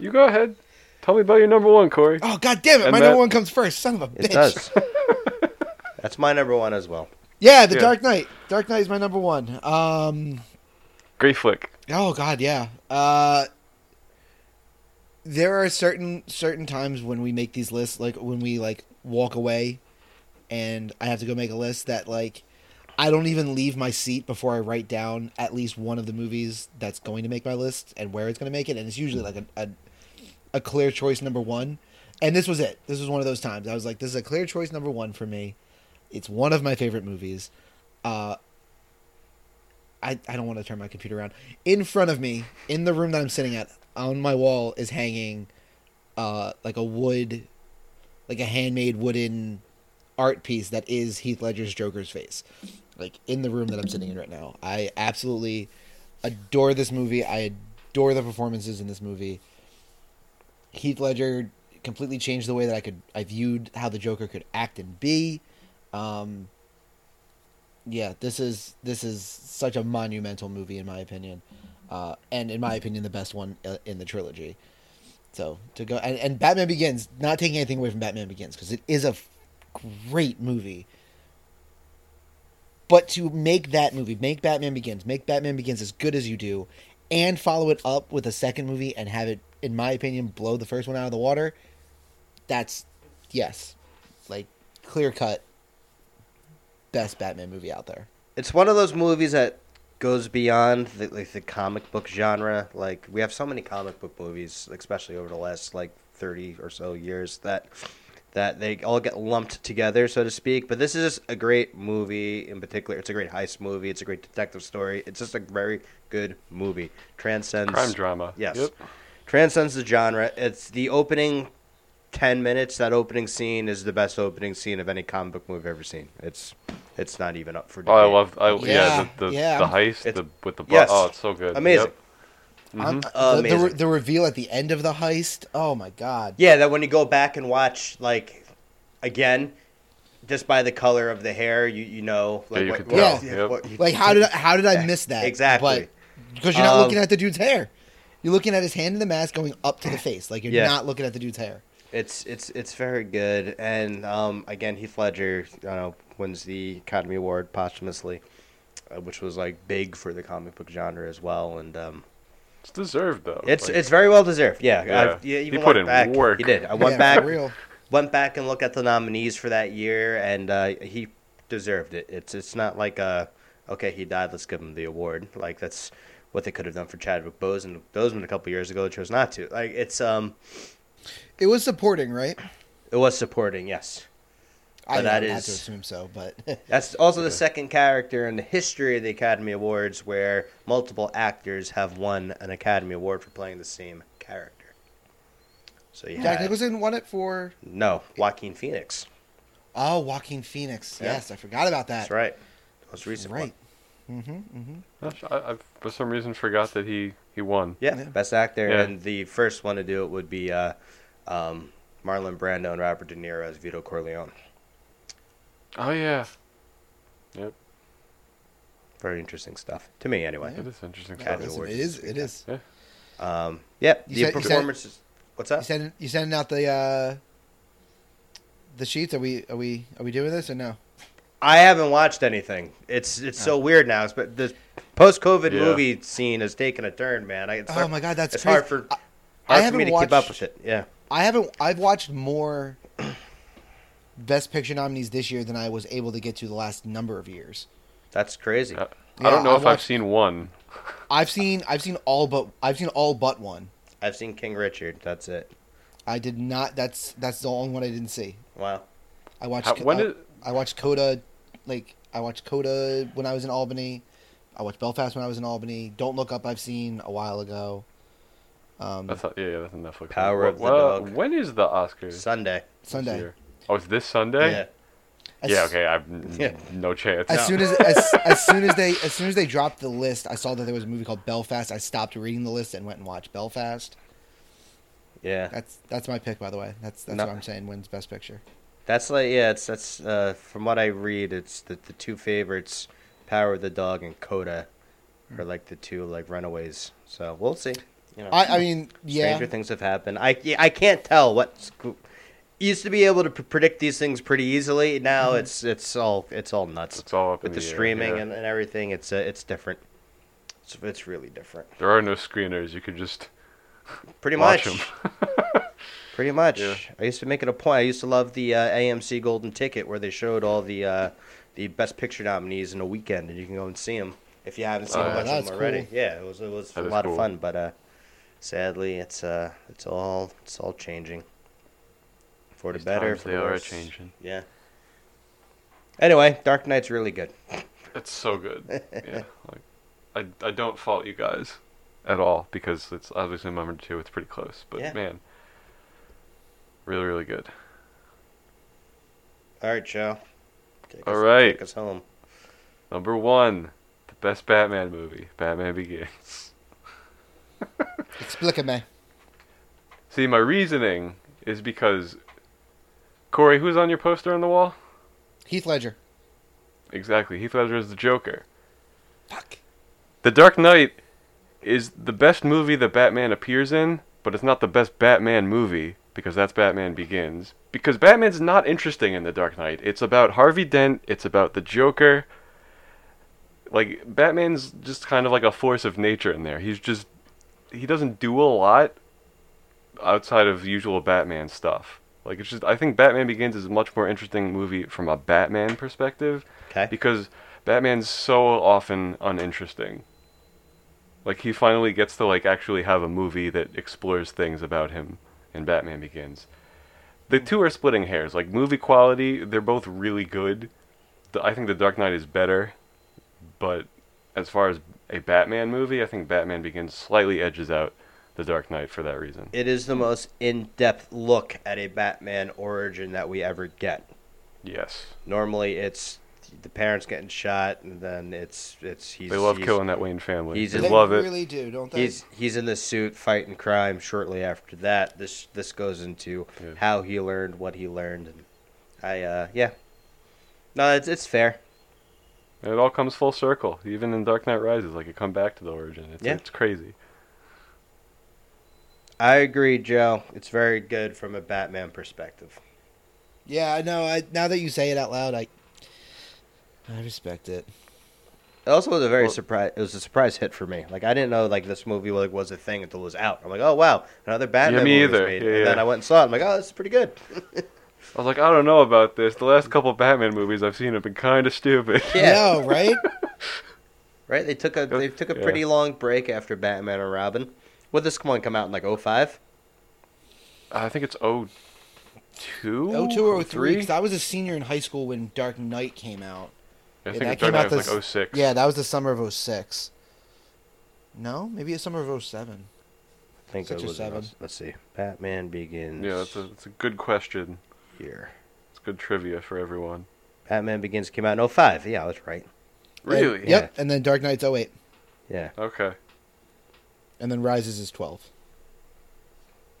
You go ahead. Tell me about your number one, Corey.
Oh god damn it!
And
my
that-
number one comes first. Son of a bitch.
It does. That's my number one as well.
Yeah, The
Yeah.
Dark Knight. Dark Knight is my number one. Um.
Great flick.
Oh God, yeah. Uh, there are certain certain times when we make these lists, like when we like walk away, and I have to go make a list that like I don't even leave my seat before I write down at least one of the movies that's going to make my list and where it's going to make it, and it's usually like a a, a clear choice number one. And this was it. This was one of those times. I was like, this is a clear choice number one for me. It's one of my favorite movies. Uh, I, I don't want to turn my computer around. In front of me, in the room that I'm sitting at, on my wall is hanging uh, like a wood, like a handmade wooden art piece that is Heath Ledger's Joker's face. Like in the room that I'm sitting in right now. I absolutely adore this movie. I adore the performances in this movie. Heath Ledger completely changed the way that I could I viewed how the Joker could act and be. Um, yeah, this is this is such a monumental movie in my opinion, uh, and in my opinion, the best one uh, in the trilogy. So to go and, and Batman Begins, not taking anything away from Batman Begins because it is a f- great movie. But to make that movie, make Batman Begins, make Batman Begins as good as you do, and follow it up with a second movie and have it, in my opinion, blow the first one out of the water, that's yes, like clear cut, best Batman movie out there.
It's one of those movies that goes beyond the, like the comic book genre. Like we have so many comic book movies, especially over the last like thirty or so years, that that they all get lumped together, so to speak. But this is a great movie in particular. It's a great heist movie. It's a great detective story. It's just a very good movie. Transcends
Crime drama.
Yes.
Yep.
Transcends the genre. It's the opening 10 minutes. That opening scene is the best opening scene of any comic book movie I've ever seen. It's it's not even up for
Oh,
debate.
I love. I, yeah.
Yeah,
The the,
yeah.
the heist.
It's-
the with the blood.
yes.
Oh, it's so good.
Amazing.
Yep.
I'm- the, the,
Amazing.
re- the reveal at the end of the heist. Oh my god.
Yeah, that when you go back and watch, like, again, just by the color of the hair, you, you know. Like,
you
what,
could
what-
tell,
yep.
what-
Like how did I, how did I miss that?
Exactly.
because you're not
Um,
looking at the dude's hair. You're looking at his hand in the mask going up to the face. Like you're
Yeah.
not looking at the dude's hair.
It's it's it's very good, and um, again, Heath Ledger, you know, wins the Academy Award posthumously, uh, which was like big for the comic book genre as well, and um,
It's deserved though.
it's
Like,
it's very well deserved. Yeah,
Yeah.
I've-
He
even
put
went
in
back-
work.
He did. I went
Yeah,
back,
for real.
went back and looked at the nominees for that year, and uh, he deserved it. It's it's not like uh okay he died, let's give him the award. Like that's what they could have done for Chadwick Boseman, Boseman a couple years ago, chose not to. Like it's um
It was supporting, right?
it was supporting, yes. But
I
that
would have
is-
to assume so, but
That's also the second character in the history of the Academy Awards where multiple actors have won an Academy Award for playing the same character. So you
Jack
had
Nicholson won it for
no Joaquin Phoenix.
oh Joaquin Phoenix.
Yeah.
Yes, I forgot about that.
That's right. Most recent one.
Right. Mm-hmm,
Gosh, I, I for some reason forgot that he he won.
Yeah,
Yeah.
best actor,
Yeah.
and the first one to do it would be uh, um, Marlon Brando and Robert De Niro as Vito Corleone.
Oh yeah. Yep.
Very interesting stuff to me, anyway.
It is interesting
Yeah.
stuff.
Listen, it is. It is.
Um, yeah,
You said-
the
you said-
performances. what's
You
up?
sending you sending out the uh, the sheets? Are we are we are we doing this or no?
I haven't watched anything. It's it's
Oh.
so weird now. It's, but the post COVID
Yeah.
movie scene has taken a turn, man. I, it's
Oh
hard-
my God, that's
it's
crazy.
hard for
I-
hard
I
for me
haven't
to keep
watched-
up with it. Yeah,
I haven't. I've watched more Best Picture nominees this year than I was able to get to the last number of years.
that's crazy.
I,
Yeah,
I don't know
I
if I've
watched-
seen one.
I've seen. I've seen all but. I've seen all but one.
I've seen King Richard. That's it.
I did not. That's that's the only one I didn't see.
Wow.
I watched.
How- when
I,
did-
I watched Coda, like I watched Coda when I was in Albany. I watched Belfast when I was in Albany. Don't Look Up. I've seen a while ago. Um,
That's not, yeah, yeah, that's a Netflix. one.
Power of the
Well,
Dog.
When is the Oscars?
Sunday.
this
Sunday.
year? Oh, it's this Sunday.
Yeah.
As-
yeah. Okay. I've n-
Yeah.
no chance.
As
No.
soon as, as as soon as they as soon as they dropped the list, I saw that there was a movie called Belfast. I stopped reading the list and went and watched Belfast.
Yeah.
That's that's my pick, by the way. That's that's
No.
what I'm saying wins Best Picture.
That's like yeah, it's that's uh, from what I read, it's the the two favorites, Power of the Dog and Coda, are like the two like runaways. So we'll see. You know,
I, I mean, yeah,
stranger things have happened. I yeah, I can't tell what used to be able to pr- predict these things pretty easily. Now it's it's all it's all nuts.
It's all up
with
in
the,
the air,
streaming
yeah.
and, and everything. It's uh, it's different. It's it's really different.
There are no screeners. You could just
Pretty
watch
much.
them.
Pretty much.
Yeah.
I used to make it a point. I used to love the uh, AMC Golden Ticket where they showed all the uh, the Best Picture nominees in a weekend, and you can go and see them if you haven't seen
Oh,
a bunch of
that's
them already.
cool.
Yeah, it was it was
That
a
is
lot
cool.
of fun, but uh, sadly, it's uh, it's all it's all changing for the
These
better.
times
For
they
the
are
worse.
changing.
Yeah. Anyway, Dark Knight's really good.
It's so good. Yeah. Like, I I don't fault you guys at all because it's obviously my number two. It's pretty close, but
Yeah.
man, really really good.
All right, Joe. Take
All
us-
right.
Take us home.
Number one, the best Batman movie, Batman Begins.
Explicame.
See, my reasoning is because Corey, who's on your poster on the wall?
Heath Ledger.
exactly. Heath Ledger is the Joker.
Fuck.
The Dark Knight is the best movie that Batman appears in, but it's not the best Batman movie because that's Batman Begins. Because Batman's not interesting in The Dark Knight. It's about Harvey Dent, it's about the Joker. Like Batman's just kind of like a force of nature in there. He's just he doesn't do a lot outside of usual Batman stuff. Like it's just I think Batman Begins is a much more interesting movie from a Batman perspective
Okay.
because Batman's so often uninteresting. Like he finally gets to like actually have a movie that explores things about him in Batman Begins. The two are splitting hairs. Like movie quality, they're both really good. The, I think The Dark Knight is better, but as far as a Batman movie, I think Batman Begins slightly edges out The Dark Knight for that reason.
It is the most in-depth look at a Batman origin that we ever get.
Yes.
Normally, it's the parents getting shot, and then it's it's he's
They love
he's,
killing that Wayne family.
he's
they
in-
love it.
really do, don't they?
He's he's in the suit fighting crime. Shortly after that, this this goes into
Yeah.
how he learned what he learned, and I uh yeah, no, it's it's fair.
It all comes full circle. Even in Dark Knight Rises, like it come back to the origin. It's,
Yeah.
it's crazy.
I agree, Joe. It's very good from a Batman perspective.
Yeah, I know. I, now that you say it out loud, I I respect it.
It also was a very
Well-
surprise. It was a surprise hit for me. Like I didn't know like this movie like was a thing until it was out. I'm like, oh wow, another Batman
me
movie was
either.
made.
Yeah,
and then
yeah.
I went and saw it. I'm like, oh, this is pretty good.
I was like, I don't know about this. The last couple Batman movies I've seen have been kind of stupid.
Yeah.
I know, right?
right? They took a they took a
Yeah.
pretty long break after Batman and Robin. Would this one come out in like 05?
I think it's 02?
02 or 03,
03?
because I was a senior in high school when Dark Knight came out.
I
that
think Dark
came
Knight
out
was like
this-
06.
Yeah, that was the summer of 06. No, maybe the summer of 07.
I think
Six
it
or
was
seven.
Let's see. Batman Begins.
Yeah, that's a, that's a good question.
here.
It's good trivia for everyone.
Batman Begins came out in 05. Yeah, that's right.
Really?
And- Yep, and then Dark Knight's 08,
Yeah.
Okay.
and then Rises is 12.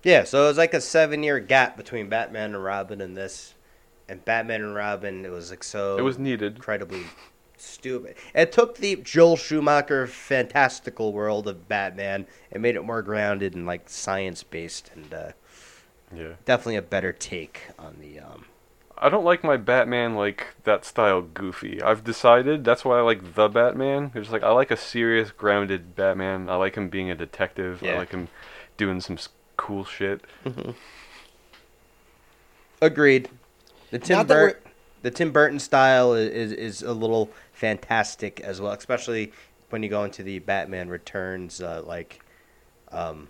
Yeah, so it was like a seven year gap between Batman and Robin and this. And Batman and Robin, it was like so
It was needed.
incredibly stupid. It took the Joel Schumacher fantastical world of Batman and made it more grounded and like science based and uh,
Yeah.
definitely a better take on the um,
I don't like my Batman like that style goofy. I've decided that's why I like the Batman. It's like I like a serious, grounded Batman. I like him being a detective.
Yeah.
I like him doing some s- cool shit.
Agreed. The Tim
Not that
Burton, the Tim Burton style i- is, is a little fantastic as well, especially when you go into the Batman Returns uh, like um,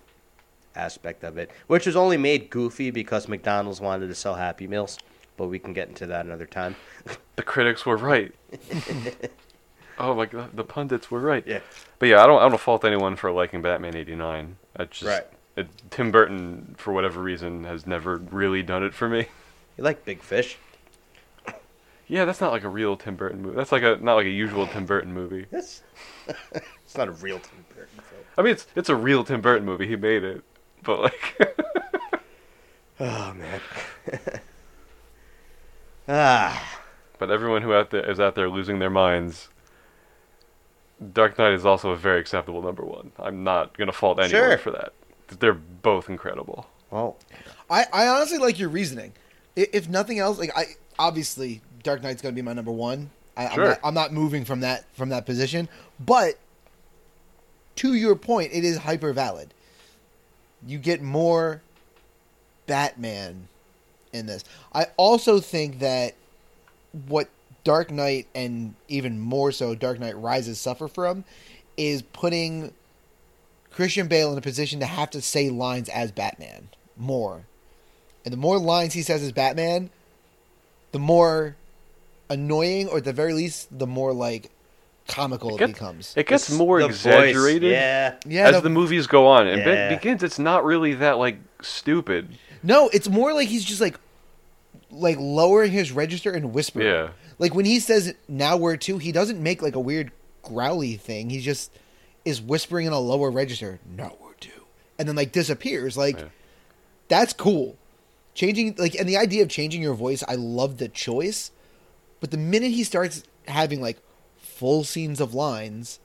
aspect of it, which was only made goofy because McDonald's wanted to sell Happy Meals. But we can get into that another time.
The critics were right. oh my god, the pundits were right.
Yeah.
But yeah, I don't I don't fault anyone for liking Batman '89. I just
Right.
it, Tim Burton for whatever reason has never really done it for me.
You like Big Fish?
Yeah, that's not like a real Tim Burton movie. That's like a not like a usual Tim Burton movie.
Yes. it's not a real Tim Burton film.
I mean, it's it's a real Tim Burton movie. He made it, but like.
Oh man. ah.
But everyone who out there is out there losing their minds, Dark Knight is also a very acceptable number one. I'm not gonna fault anyone
Sure.
for that. They're both incredible.
Well,
I, I honestly like your reasoning. I- If nothing else, like I obviously Dark Knight's going to be my number one. I,
Sure.
I'm, not, I'm not moving from that from that position. But to your point, it is hyper valid. You get more Batman in this. I also think that what Dark Knight and even more so Dark Knight Rises suffer from is putting Christian Bale in a position to have to say lines as Batman more. And the more lines he says as Batman, the more annoying, or at the very least, the more like comical
It
it,
gets-
becomes.
It gets more
the voice,
exaggerated
Yeah.
yeah,
as
the-
the movies go on. And
Yeah.
Be- begins, it's not really that like stupid.
No, it's more like he's just like like lowering his register and whispering.
Yeah.
Like when he says now we're two, he doesn't make like a weird growly thing. He just is whispering in a lower register, now we're two. And then like disappears. Like
Yeah.
that's cool. Changing like and the idea of changing your voice, I love the choice. But the minute he starts having like full scenes of lines,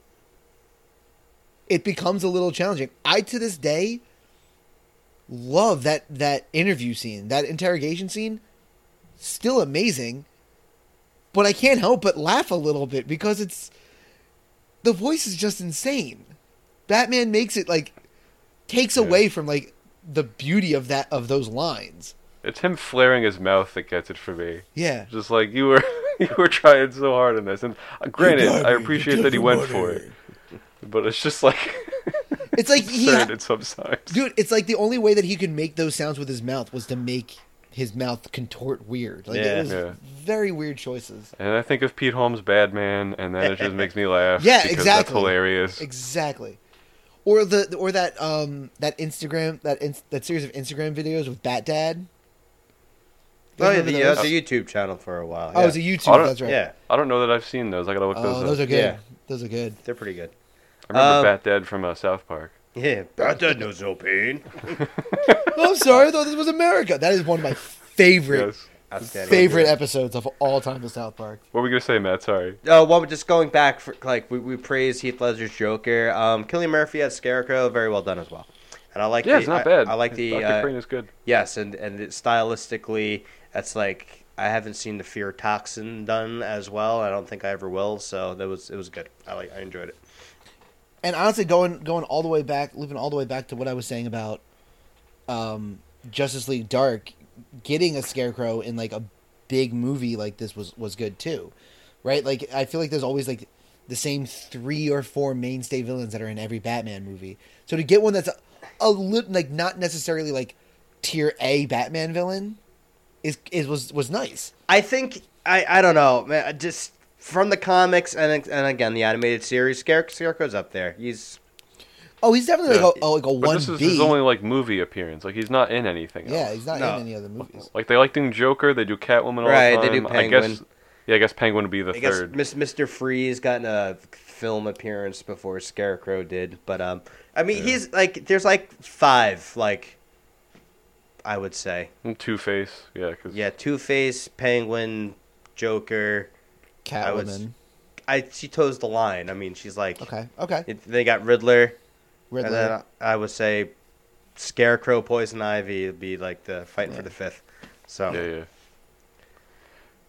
it becomes a little challenging. I to this day love that that interview scene, that interrogation scene, still amazing. But I can't help but laugh a little bit because it's the voice is just insane. Batman makes it like takes
Yeah.
away from like the beauty of that of those lines.
It's him flaring his mouth that gets it for me.
Yeah.
Just like you were, you were trying so hard on this. And uh, granted,
got
I
me, you
appreciate
got
that he
the
went
money.
for it, but it's just like
It's like he
absurd
ha-
at some times.
dude, it's like the only way that he could make those sounds with his mouth was to make his mouth contort weird. Like
Yeah.
it was
Yeah.
very weird choices.
And I think of Pete Holmes' Bad Man, and then it just makes me laugh.
Yeah,
because That's
exactly.
hilarious.
Exactly. Or the or that um that Instagram that in, that series of Instagram videos with Bat Dad. You
Oh,
guys
yeah,
remember
the, uh,
those?
the YouTube channel for a while.
Oh, it was a
yeah.
I
YouTube.
don't-
That's right.
Yeah,
I don't know that I've seen those. I gotta look
Oh,
those,
those
up.
are good.
Yeah.
Those are good.
they're pretty good.
I remember
Um,
Bat Dad from uh, South Park.
Yeah, Bad Dad knows no pain.
Oh, I'm sorry. I thought this was America. That is one of my favorite
Yes.
Outstanding.
favorite episodes of all time of South Park.
What were we gonna say, Matt? Sorry.
Uh, well, just going back, for, like we, we praise Heath Ledger's Joker. Um, Killian Murphy as Scarecrow, very well done as well. And I like
Yeah,
the,
it's not
I-
bad.
I, like the
Dr.
uh,
Crane is good.
yes, and and it, stylistically, that's like I haven't seen the Fear Toxin done as well. I don't think I ever will. So that was it was good. I like I enjoyed it.
and honestly going going all the way back looping all the way back to what i was saying about um justice league dark getting a scarecrow in like a big movie like this was was good too right like i feel like there's always like the same three or four mainstay villains that are in every batman movie so to get one that's a, a li- like not necessarily like tier a batman villain is is was was nice
I think I I don't know, man. I Just from the comics and and again the animated series, Scare- Scarecrow's up there. He's
oh he's definitely like
Yeah.
a, a like a
But
one
this is
b
his only like movie appearance. Like he's not in anything.
yeah
else.
he's not
No.
in any other movies
Like they like doing Joker. They do Catwoman all
Right,
the
they
time.
do
I guess.
Penguin.
Yeah, I guess Penguin would be the
I guess
third.
Mis- Mr. Freeze got in a film appearance before Scarecrow did, but um, I mean he's like there's like five like I would say
Two Face. Hmm, Yeah, because
yeah Two Face, Penguin, Joker. I was-
catwoman
I she toes the line. I mean she's like
okay okay
it- they got Riddler, and
Riddler.
then I would say Scarecrow, Poison Ivy would be like the fighting for
Yeah.
the fifth. So
yeah, yeah.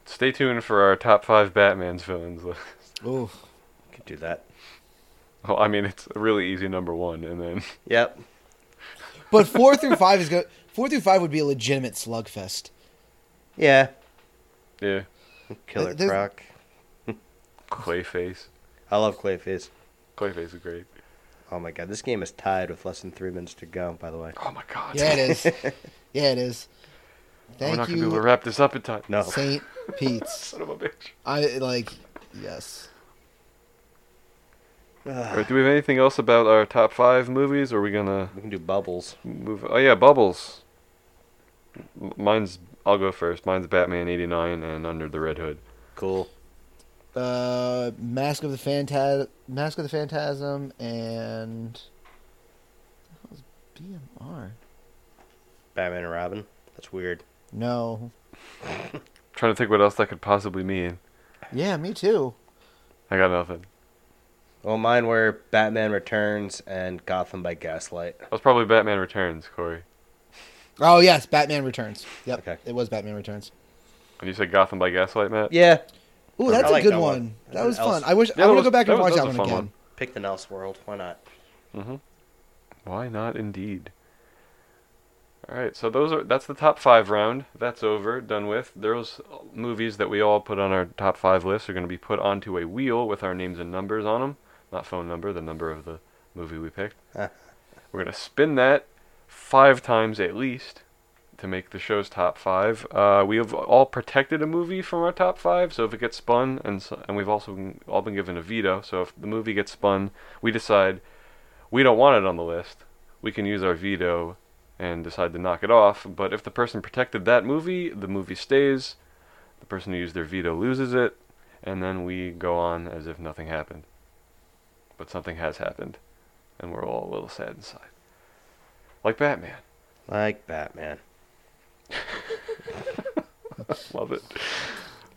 Stay tuned for our top five Batman's villains list.
Ooh.
could do that.
Well, I mean, it's a really easy number one, and then
Yep.
But four through five is good. Four through five would be a legitimate slugfest.
Yeah.
yeah,
Killer
There's-
Croc.
Clayface.
I love Clayface.
Clayface is great.
Oh my god, this game is tied with less than three minutes to go. By the way,
Oh my God.
Yeah, it is. yeah, it is.
We're
Thank
not gonna be able to
you,
wrap this up in time.
no,
Saint Pete's.
Son of a bitch.
I like. Yes.
All right, do we have anything else about our top five movies? Or are we gonna
we can do bubbles.
move? Oh yeah, Bubbles. M- Mine's. I'll go first. Mine's Batman '89 and Under the Red Hood.
Cool.
Uh, Mask of the Phantasm, Mask of the Phantasm, and what was BMR?
Batman and Robin. That's weird.
No.
trying to think what else that could possibly mean.
Yeah, me too.
I got nothing.
Well, Oh, mine were Batman Returns and Gotham by Gaslight.
That was probably Batman Returns, Corey.
Oh yes, Batman Returns. Yep,
Okay.
it was Batman Returns.
And you said Gotham by Gaslight, Matt.
Yeah,
Ooh,
I
that's a
like
good
that
one.
one.
That was
That was-
fun. I wish
Yeah,
I
that
want to go
was-
back
that
and
was-
watch
that
that
was
one
a fun
again.
one.
pick the Nels world. Why not?
Why not? Indeed. All right, so those are that's the top five round. That's over, done with. Those movies that we all put on our top five lists are going to be put onto a wheel with our names and numbers on them, not phone number, the number of the movie we picked. We're going to spin that five times at least to make the show's top five. Uh, we have all protected a movie from our top five, so if it gets spun, and so, and we've also been- all been given a veto. So if the movie gets spun, we decide we don't want it on the list. We can use our veto and decide to knock it off. But if the person protected that movie, the movie stays. The person who used their veto loses it, and then we go on as if nothing happened. But something has happened, and we're all a little sad inside. Like Batman.
Like Batman.
Love it.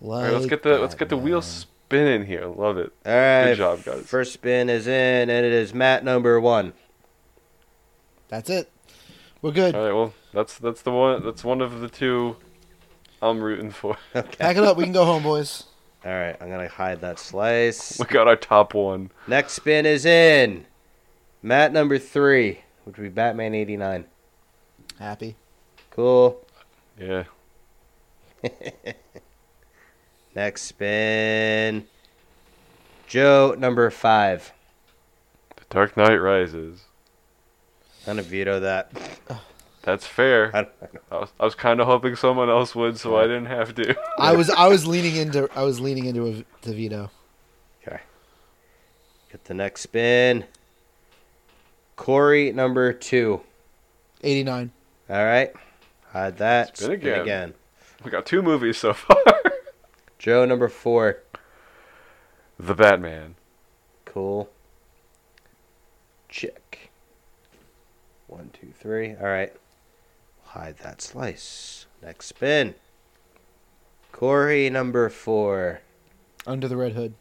Like
All right, let's get the let's get the wheel
Batman.
spin in here. Love it.
All right.
Good job, guys.
First spin is in, and it is Matt number one.
That's it. We're good.
Uh,
All right, well, that's that's the one. That's one of the two I'm rooting for.
Okay.
Pack it up. We can go home, boys.
All right. I'm gonna hide that slice.
We got our top one.
Next spin is in. Matt number three, which would be Batman '89.
Happy.
Cool.
Yeah.
Next spin. Joe number five.
The Dark Knight Rises.
I'm gonna veto that.
That's fair.
I-
I was, I was kind of hoping someone else would, so I didn't have to.
I was I was leaning into I was leaning into a, to veto.
Get the next spin. Corey number two.
Eighty nine.
All right. Hide that.
Spin
Spin
again.
again.
We got two movies so far.
Joe number four.
the Batman.
Cool. Check. One, two, three. All right. Hide that slice. Next spin. Corey number four.
Under the Red Hood.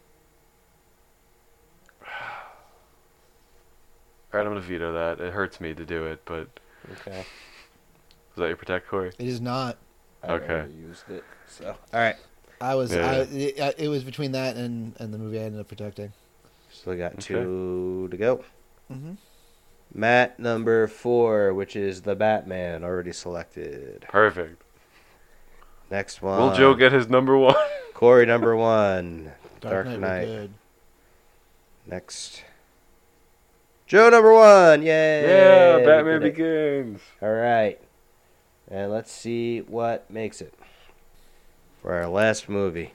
All right, I'm gonna veto that. It hurts me to do it, but
Okay.
is that your protect, Corey?
It is not.
I
Okay.
already used it. So. All right.
I was
Yeah.
I, it, I- it was between that and and the movie I ended up protecting.
Still got
Okay.
two to go.
Mhm.
Matt number four, which is the Batman, already selected.
Perfect.
Next one.
Will Joe get his number one?
Corey number one. Dark
we're
Knight.
good.
Next. Joe number one. Yay!
yeah,
We
Batman
did it.
Begins.
All right. And let's see what makes it. For our last movie.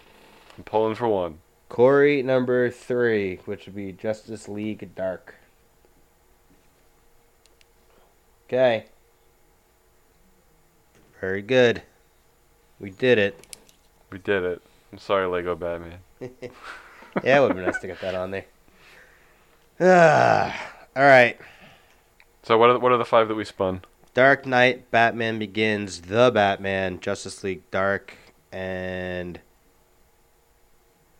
I'm pulling for one.
Corey number three, which would be Justice League Dark. Okay. Very good. We did it.
We did it. I'm sorry, Lego Batman.
Yeah, it would have been nice to get that on there. Ah, all right.
So what are what are the five that we spun?
Dark Knight, Batman Begins, The Batman, Justice League Dark, and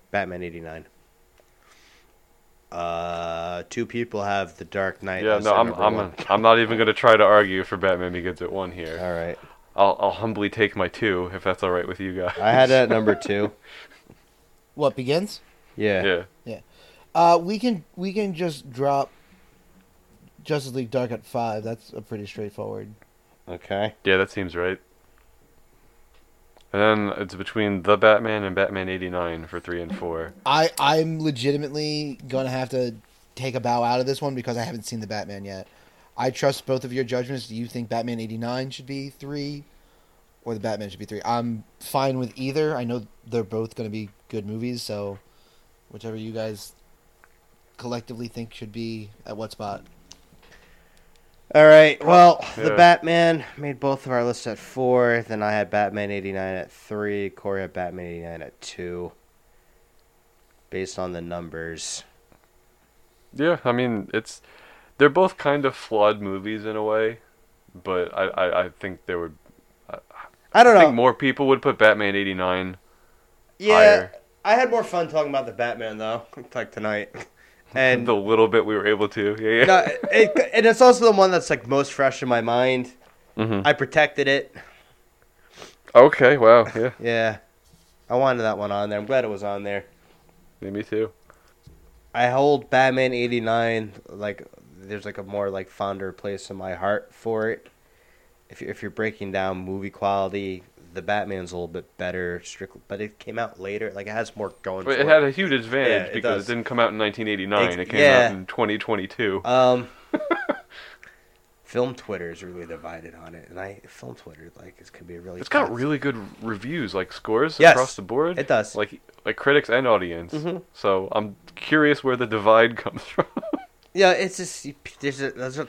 Batman 89. Uh, two people have The Dark Knight.
yeah,
as
no,
their
I'm
number
I'm
one.
I'm not even gonna try to argue for Batman Begins at one here.
All right.
I'll I'll humbly take my two if that's all right with you guys.
I had it at number two.
What begins?
Yeah.
Yeah.
Uh, we can we can just drop Justice League Dark at five. That's a pretty straightforward.
Okay.
Yeah, that seems right. And then it's between the Batman and Batman '89 for three and four.
I I'm legitimately gonna have to take a bow out of this one because I haven't seen the Batman yet. I trust both of your judgments. Do you think Batman eighty nine should be three, or the Batman should be three? I'm fine with either. I know they're both gonna be good movies, so whichever you guys collectively think should be at what spot.
All right. Well, the
Yeah.
Batman made both of our lists at four. Then I had Batman 89 at three. Corey had Batman 89 at two. Based on the numbers.
Yeah, I mean it's they're both kind of flawed movies in a way, but I I, I think there would
I don't
I
know.
think more people would put Batman '89
yeah.
higher.
I had more fun talking about the Batman, though, like tonight.
And
And
the little bit we were able to, yeah, yeah.
no, it, and it's also the one that's like most fresh in my mind.
Mhm.
I protected it.
Okay, wow, yeah,
Yeah. I wanted that one on there. I'm glad it was on there.
yeah, me too.
I hold Batman '89 like there's like a more like fonder place in my heart for it. If you if you're breaking down movie quality, the Batman's a little bit better, strictly, but it came out later. Like it has more going.
But
for
it had a huge advantage
Yeah, it
because
does.
it didn't come out in 1989.
Ex-
it came
yeah.
out in 2022.
um. Film Twitter is really divided on it, and I film Twitter like it could be a really.
It's got
tough-
really good reviews, like scores
Yes,
across the board.
it does.
like like critics and audience.
Mhm.
So I'm curious where the divide comes from.
Yeah, it's just you- there's a, there's a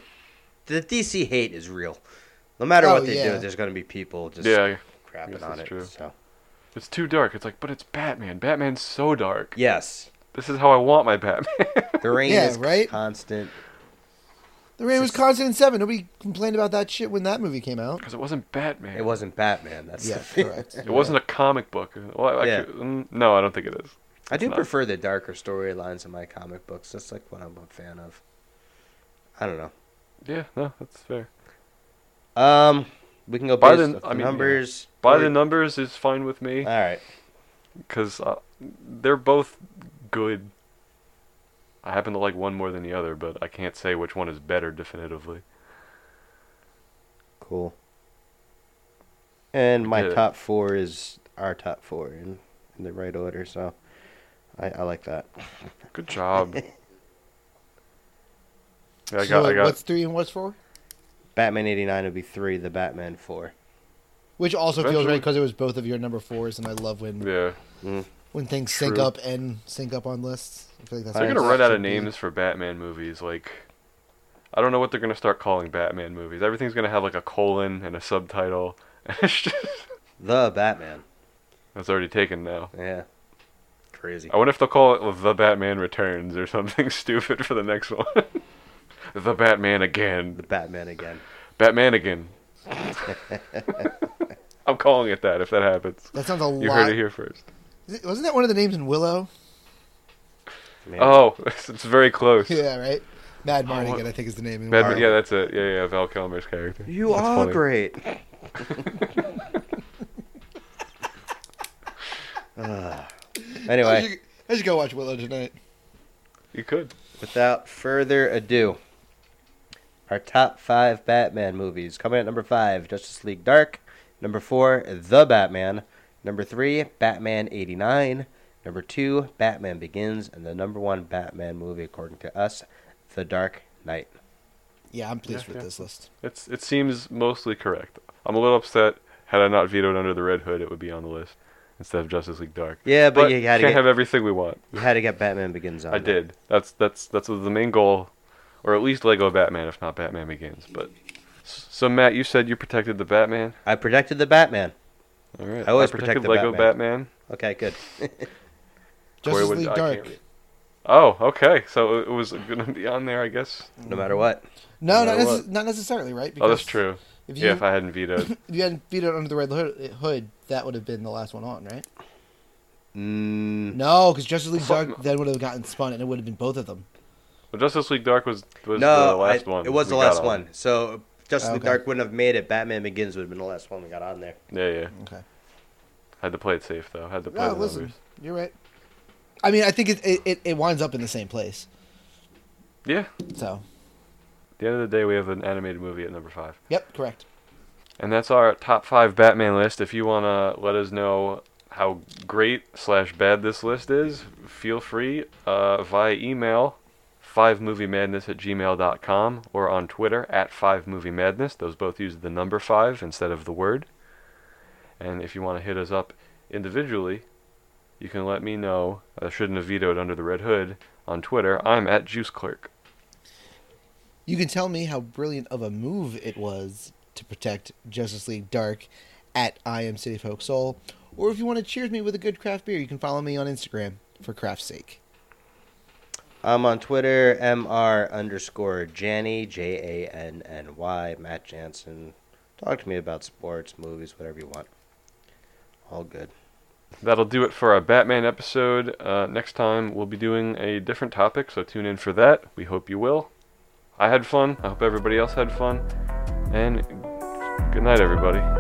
the DC hate is real. No matter
Oh,
what they
yeah.
do, there's gonna be people just
yeah, Yes,
crapping
that's
on it.
true.
So
it's too dark. It's like, but it's Batman. Batman's so dark.
yes,
This is how I want my Batman.
the rain
Yeah,
is
right?
constant.
The Rain was constant in seven. Nobody complained about that shit when that movie came out.
Because it wasn't Batman.
It wasn't Batman. That's the
Yeah,
thing.
correct.
It wasn't a comic book. Well,
Yeah.
actually, mm, no, I don't think it is.
I do
not-
prefer the darker storylines in my comic books. That's like what I'm a fan of. I don't know.
Yeah, no, that's fair.
Um, we can go
By
by
the-
the
I mean, yeah.
numbers.
By
Or- Uh.
the numbers is fine with me
All right.
because uh, they're both good. I happen to like one more than the other, but I can't say which one is better definitively.
Cool. And my
Yeah.
top four is our top four in, in the right order, so I, I like that.
Good job. Yeah, I
so
got, I
like,
got
what's three and what's four?
Batman eighty nine would be three. The Batman four.
Which also feels
Eventually.
right because it was both of your number fours, and I love when
yeah.
when things sync
True.
up and sync up on lists. I feel like that's
They're
Alright,
gonna
how it
run out of
should be.
names for Batman movies. Like, I don't know what they're gonna start calling Batman movies. Everything's gonna have like a colon and a subtitle. It's just-
The Batman.
That's already taken now.
Yeah. Crazy.
I wonder if they'll call it The Batman Returns or something stupid for the next one. the Batman
The
again.
Batman again.
Batman again. I'm calling it that if that happens.
That sounds a
You
lot.
heard it here first.
Is it- Wasn't that one of the names in Willow?
Man.
Oh, it's, it's very close.
Yeah, right. Mad Mardigan,
Oh, what-
I think, is the name. In
Batman,
Willow.
yeah, that's it. Yeah, yeah, Val Kilmer's character.
You
That's
are
funny.
great. Ah.
I
anyway,
should, I should go watch Willow tonight.
You could.
without further ado, our top five Batman movies. Coming at number five, Justice League Dark. Number four, The Batman. Number three, Batman 89. Number two, Batman Begins. And the number one Batman movie, according to us, The Dark Knight.
Yeah, I'm pleased
Yeah,
with
yeah.
this list.
It's it seems mostly correct. I'm a little upset. Had I not vetoed under the red hood, it would be on the list instead of Justice League Dark.
Yeah, but, you, had
can't
to get,
have everything we want.
you had to get Batman Begins on.
I
there.
did. That's that's that's the main goal, or at least Lego Batman, if not Batman Begins. But so Matt, you said you protected the Batman.
I protected the Batman.
All right.
I always
protected
protect
Lego
the
Batman.
Okay, good.
Corey
Justice
would-
League
I can't
Dark.
read. Oh, okay. So it was gonna be on there, I guess.
No matter what.
No
No, not,
matter
necess-
what.
not necessarily, right?
oh, that's
Because
true.
If you,
yeah, if I hadn't vetoed.
if you hadn't beat it under the red hood, hood, that would have been the last one on, right?
Mm,
No, because Justice League
Fuck.
Dark then would have gotten spun, and it would have been both of them.
Well, Justice League Dark was was
no,
the last
I-
one.
It was
we
the
got
last
on.
one. So Justice
Oh,
League
okay.
Dark wouldn't have made it. Batman Begins would have been the last one we got on there.
Yeah, yeah.
Okay.
Had to play it safe though. Had to play
No,
the
listen,
numbers.
you're right. I mean, I think it, it, it, it winds up in the same place.
Yeah.
So,
At the end of the day, we have an animated movie at number five.
yep, correct.
And that's our top five Batman list. If you want to let us know how great slash bad this list is, feel free uh, via email, 5moviemadness at gmail.com, or on Twitter, at 5moviemadness. Those both use the number 5 instead of the word. And if you want to hit us up individually, you can let me know. I shouldn't have vetoed under the red hood. On Twitter, I'm at JuiceClerk.
You can tell me how brilliant of a move it was to protect Justice League Dark at I Am City Folk Soul, or if you want to cheers me with a good craft beer, you can follow me on Instagram for craft's sake.
I'm on Twitter, mr underscore Janny, J A N N Y, Matt Jansen. Talk to me about sports, movies, whatever you want. All good.
that'll do it for our Batman episode. Uh, next time we'll be doing a different topic, so tune in for that. We hope you will. I had fun. I hope everybody else had fun. And good night, everybody.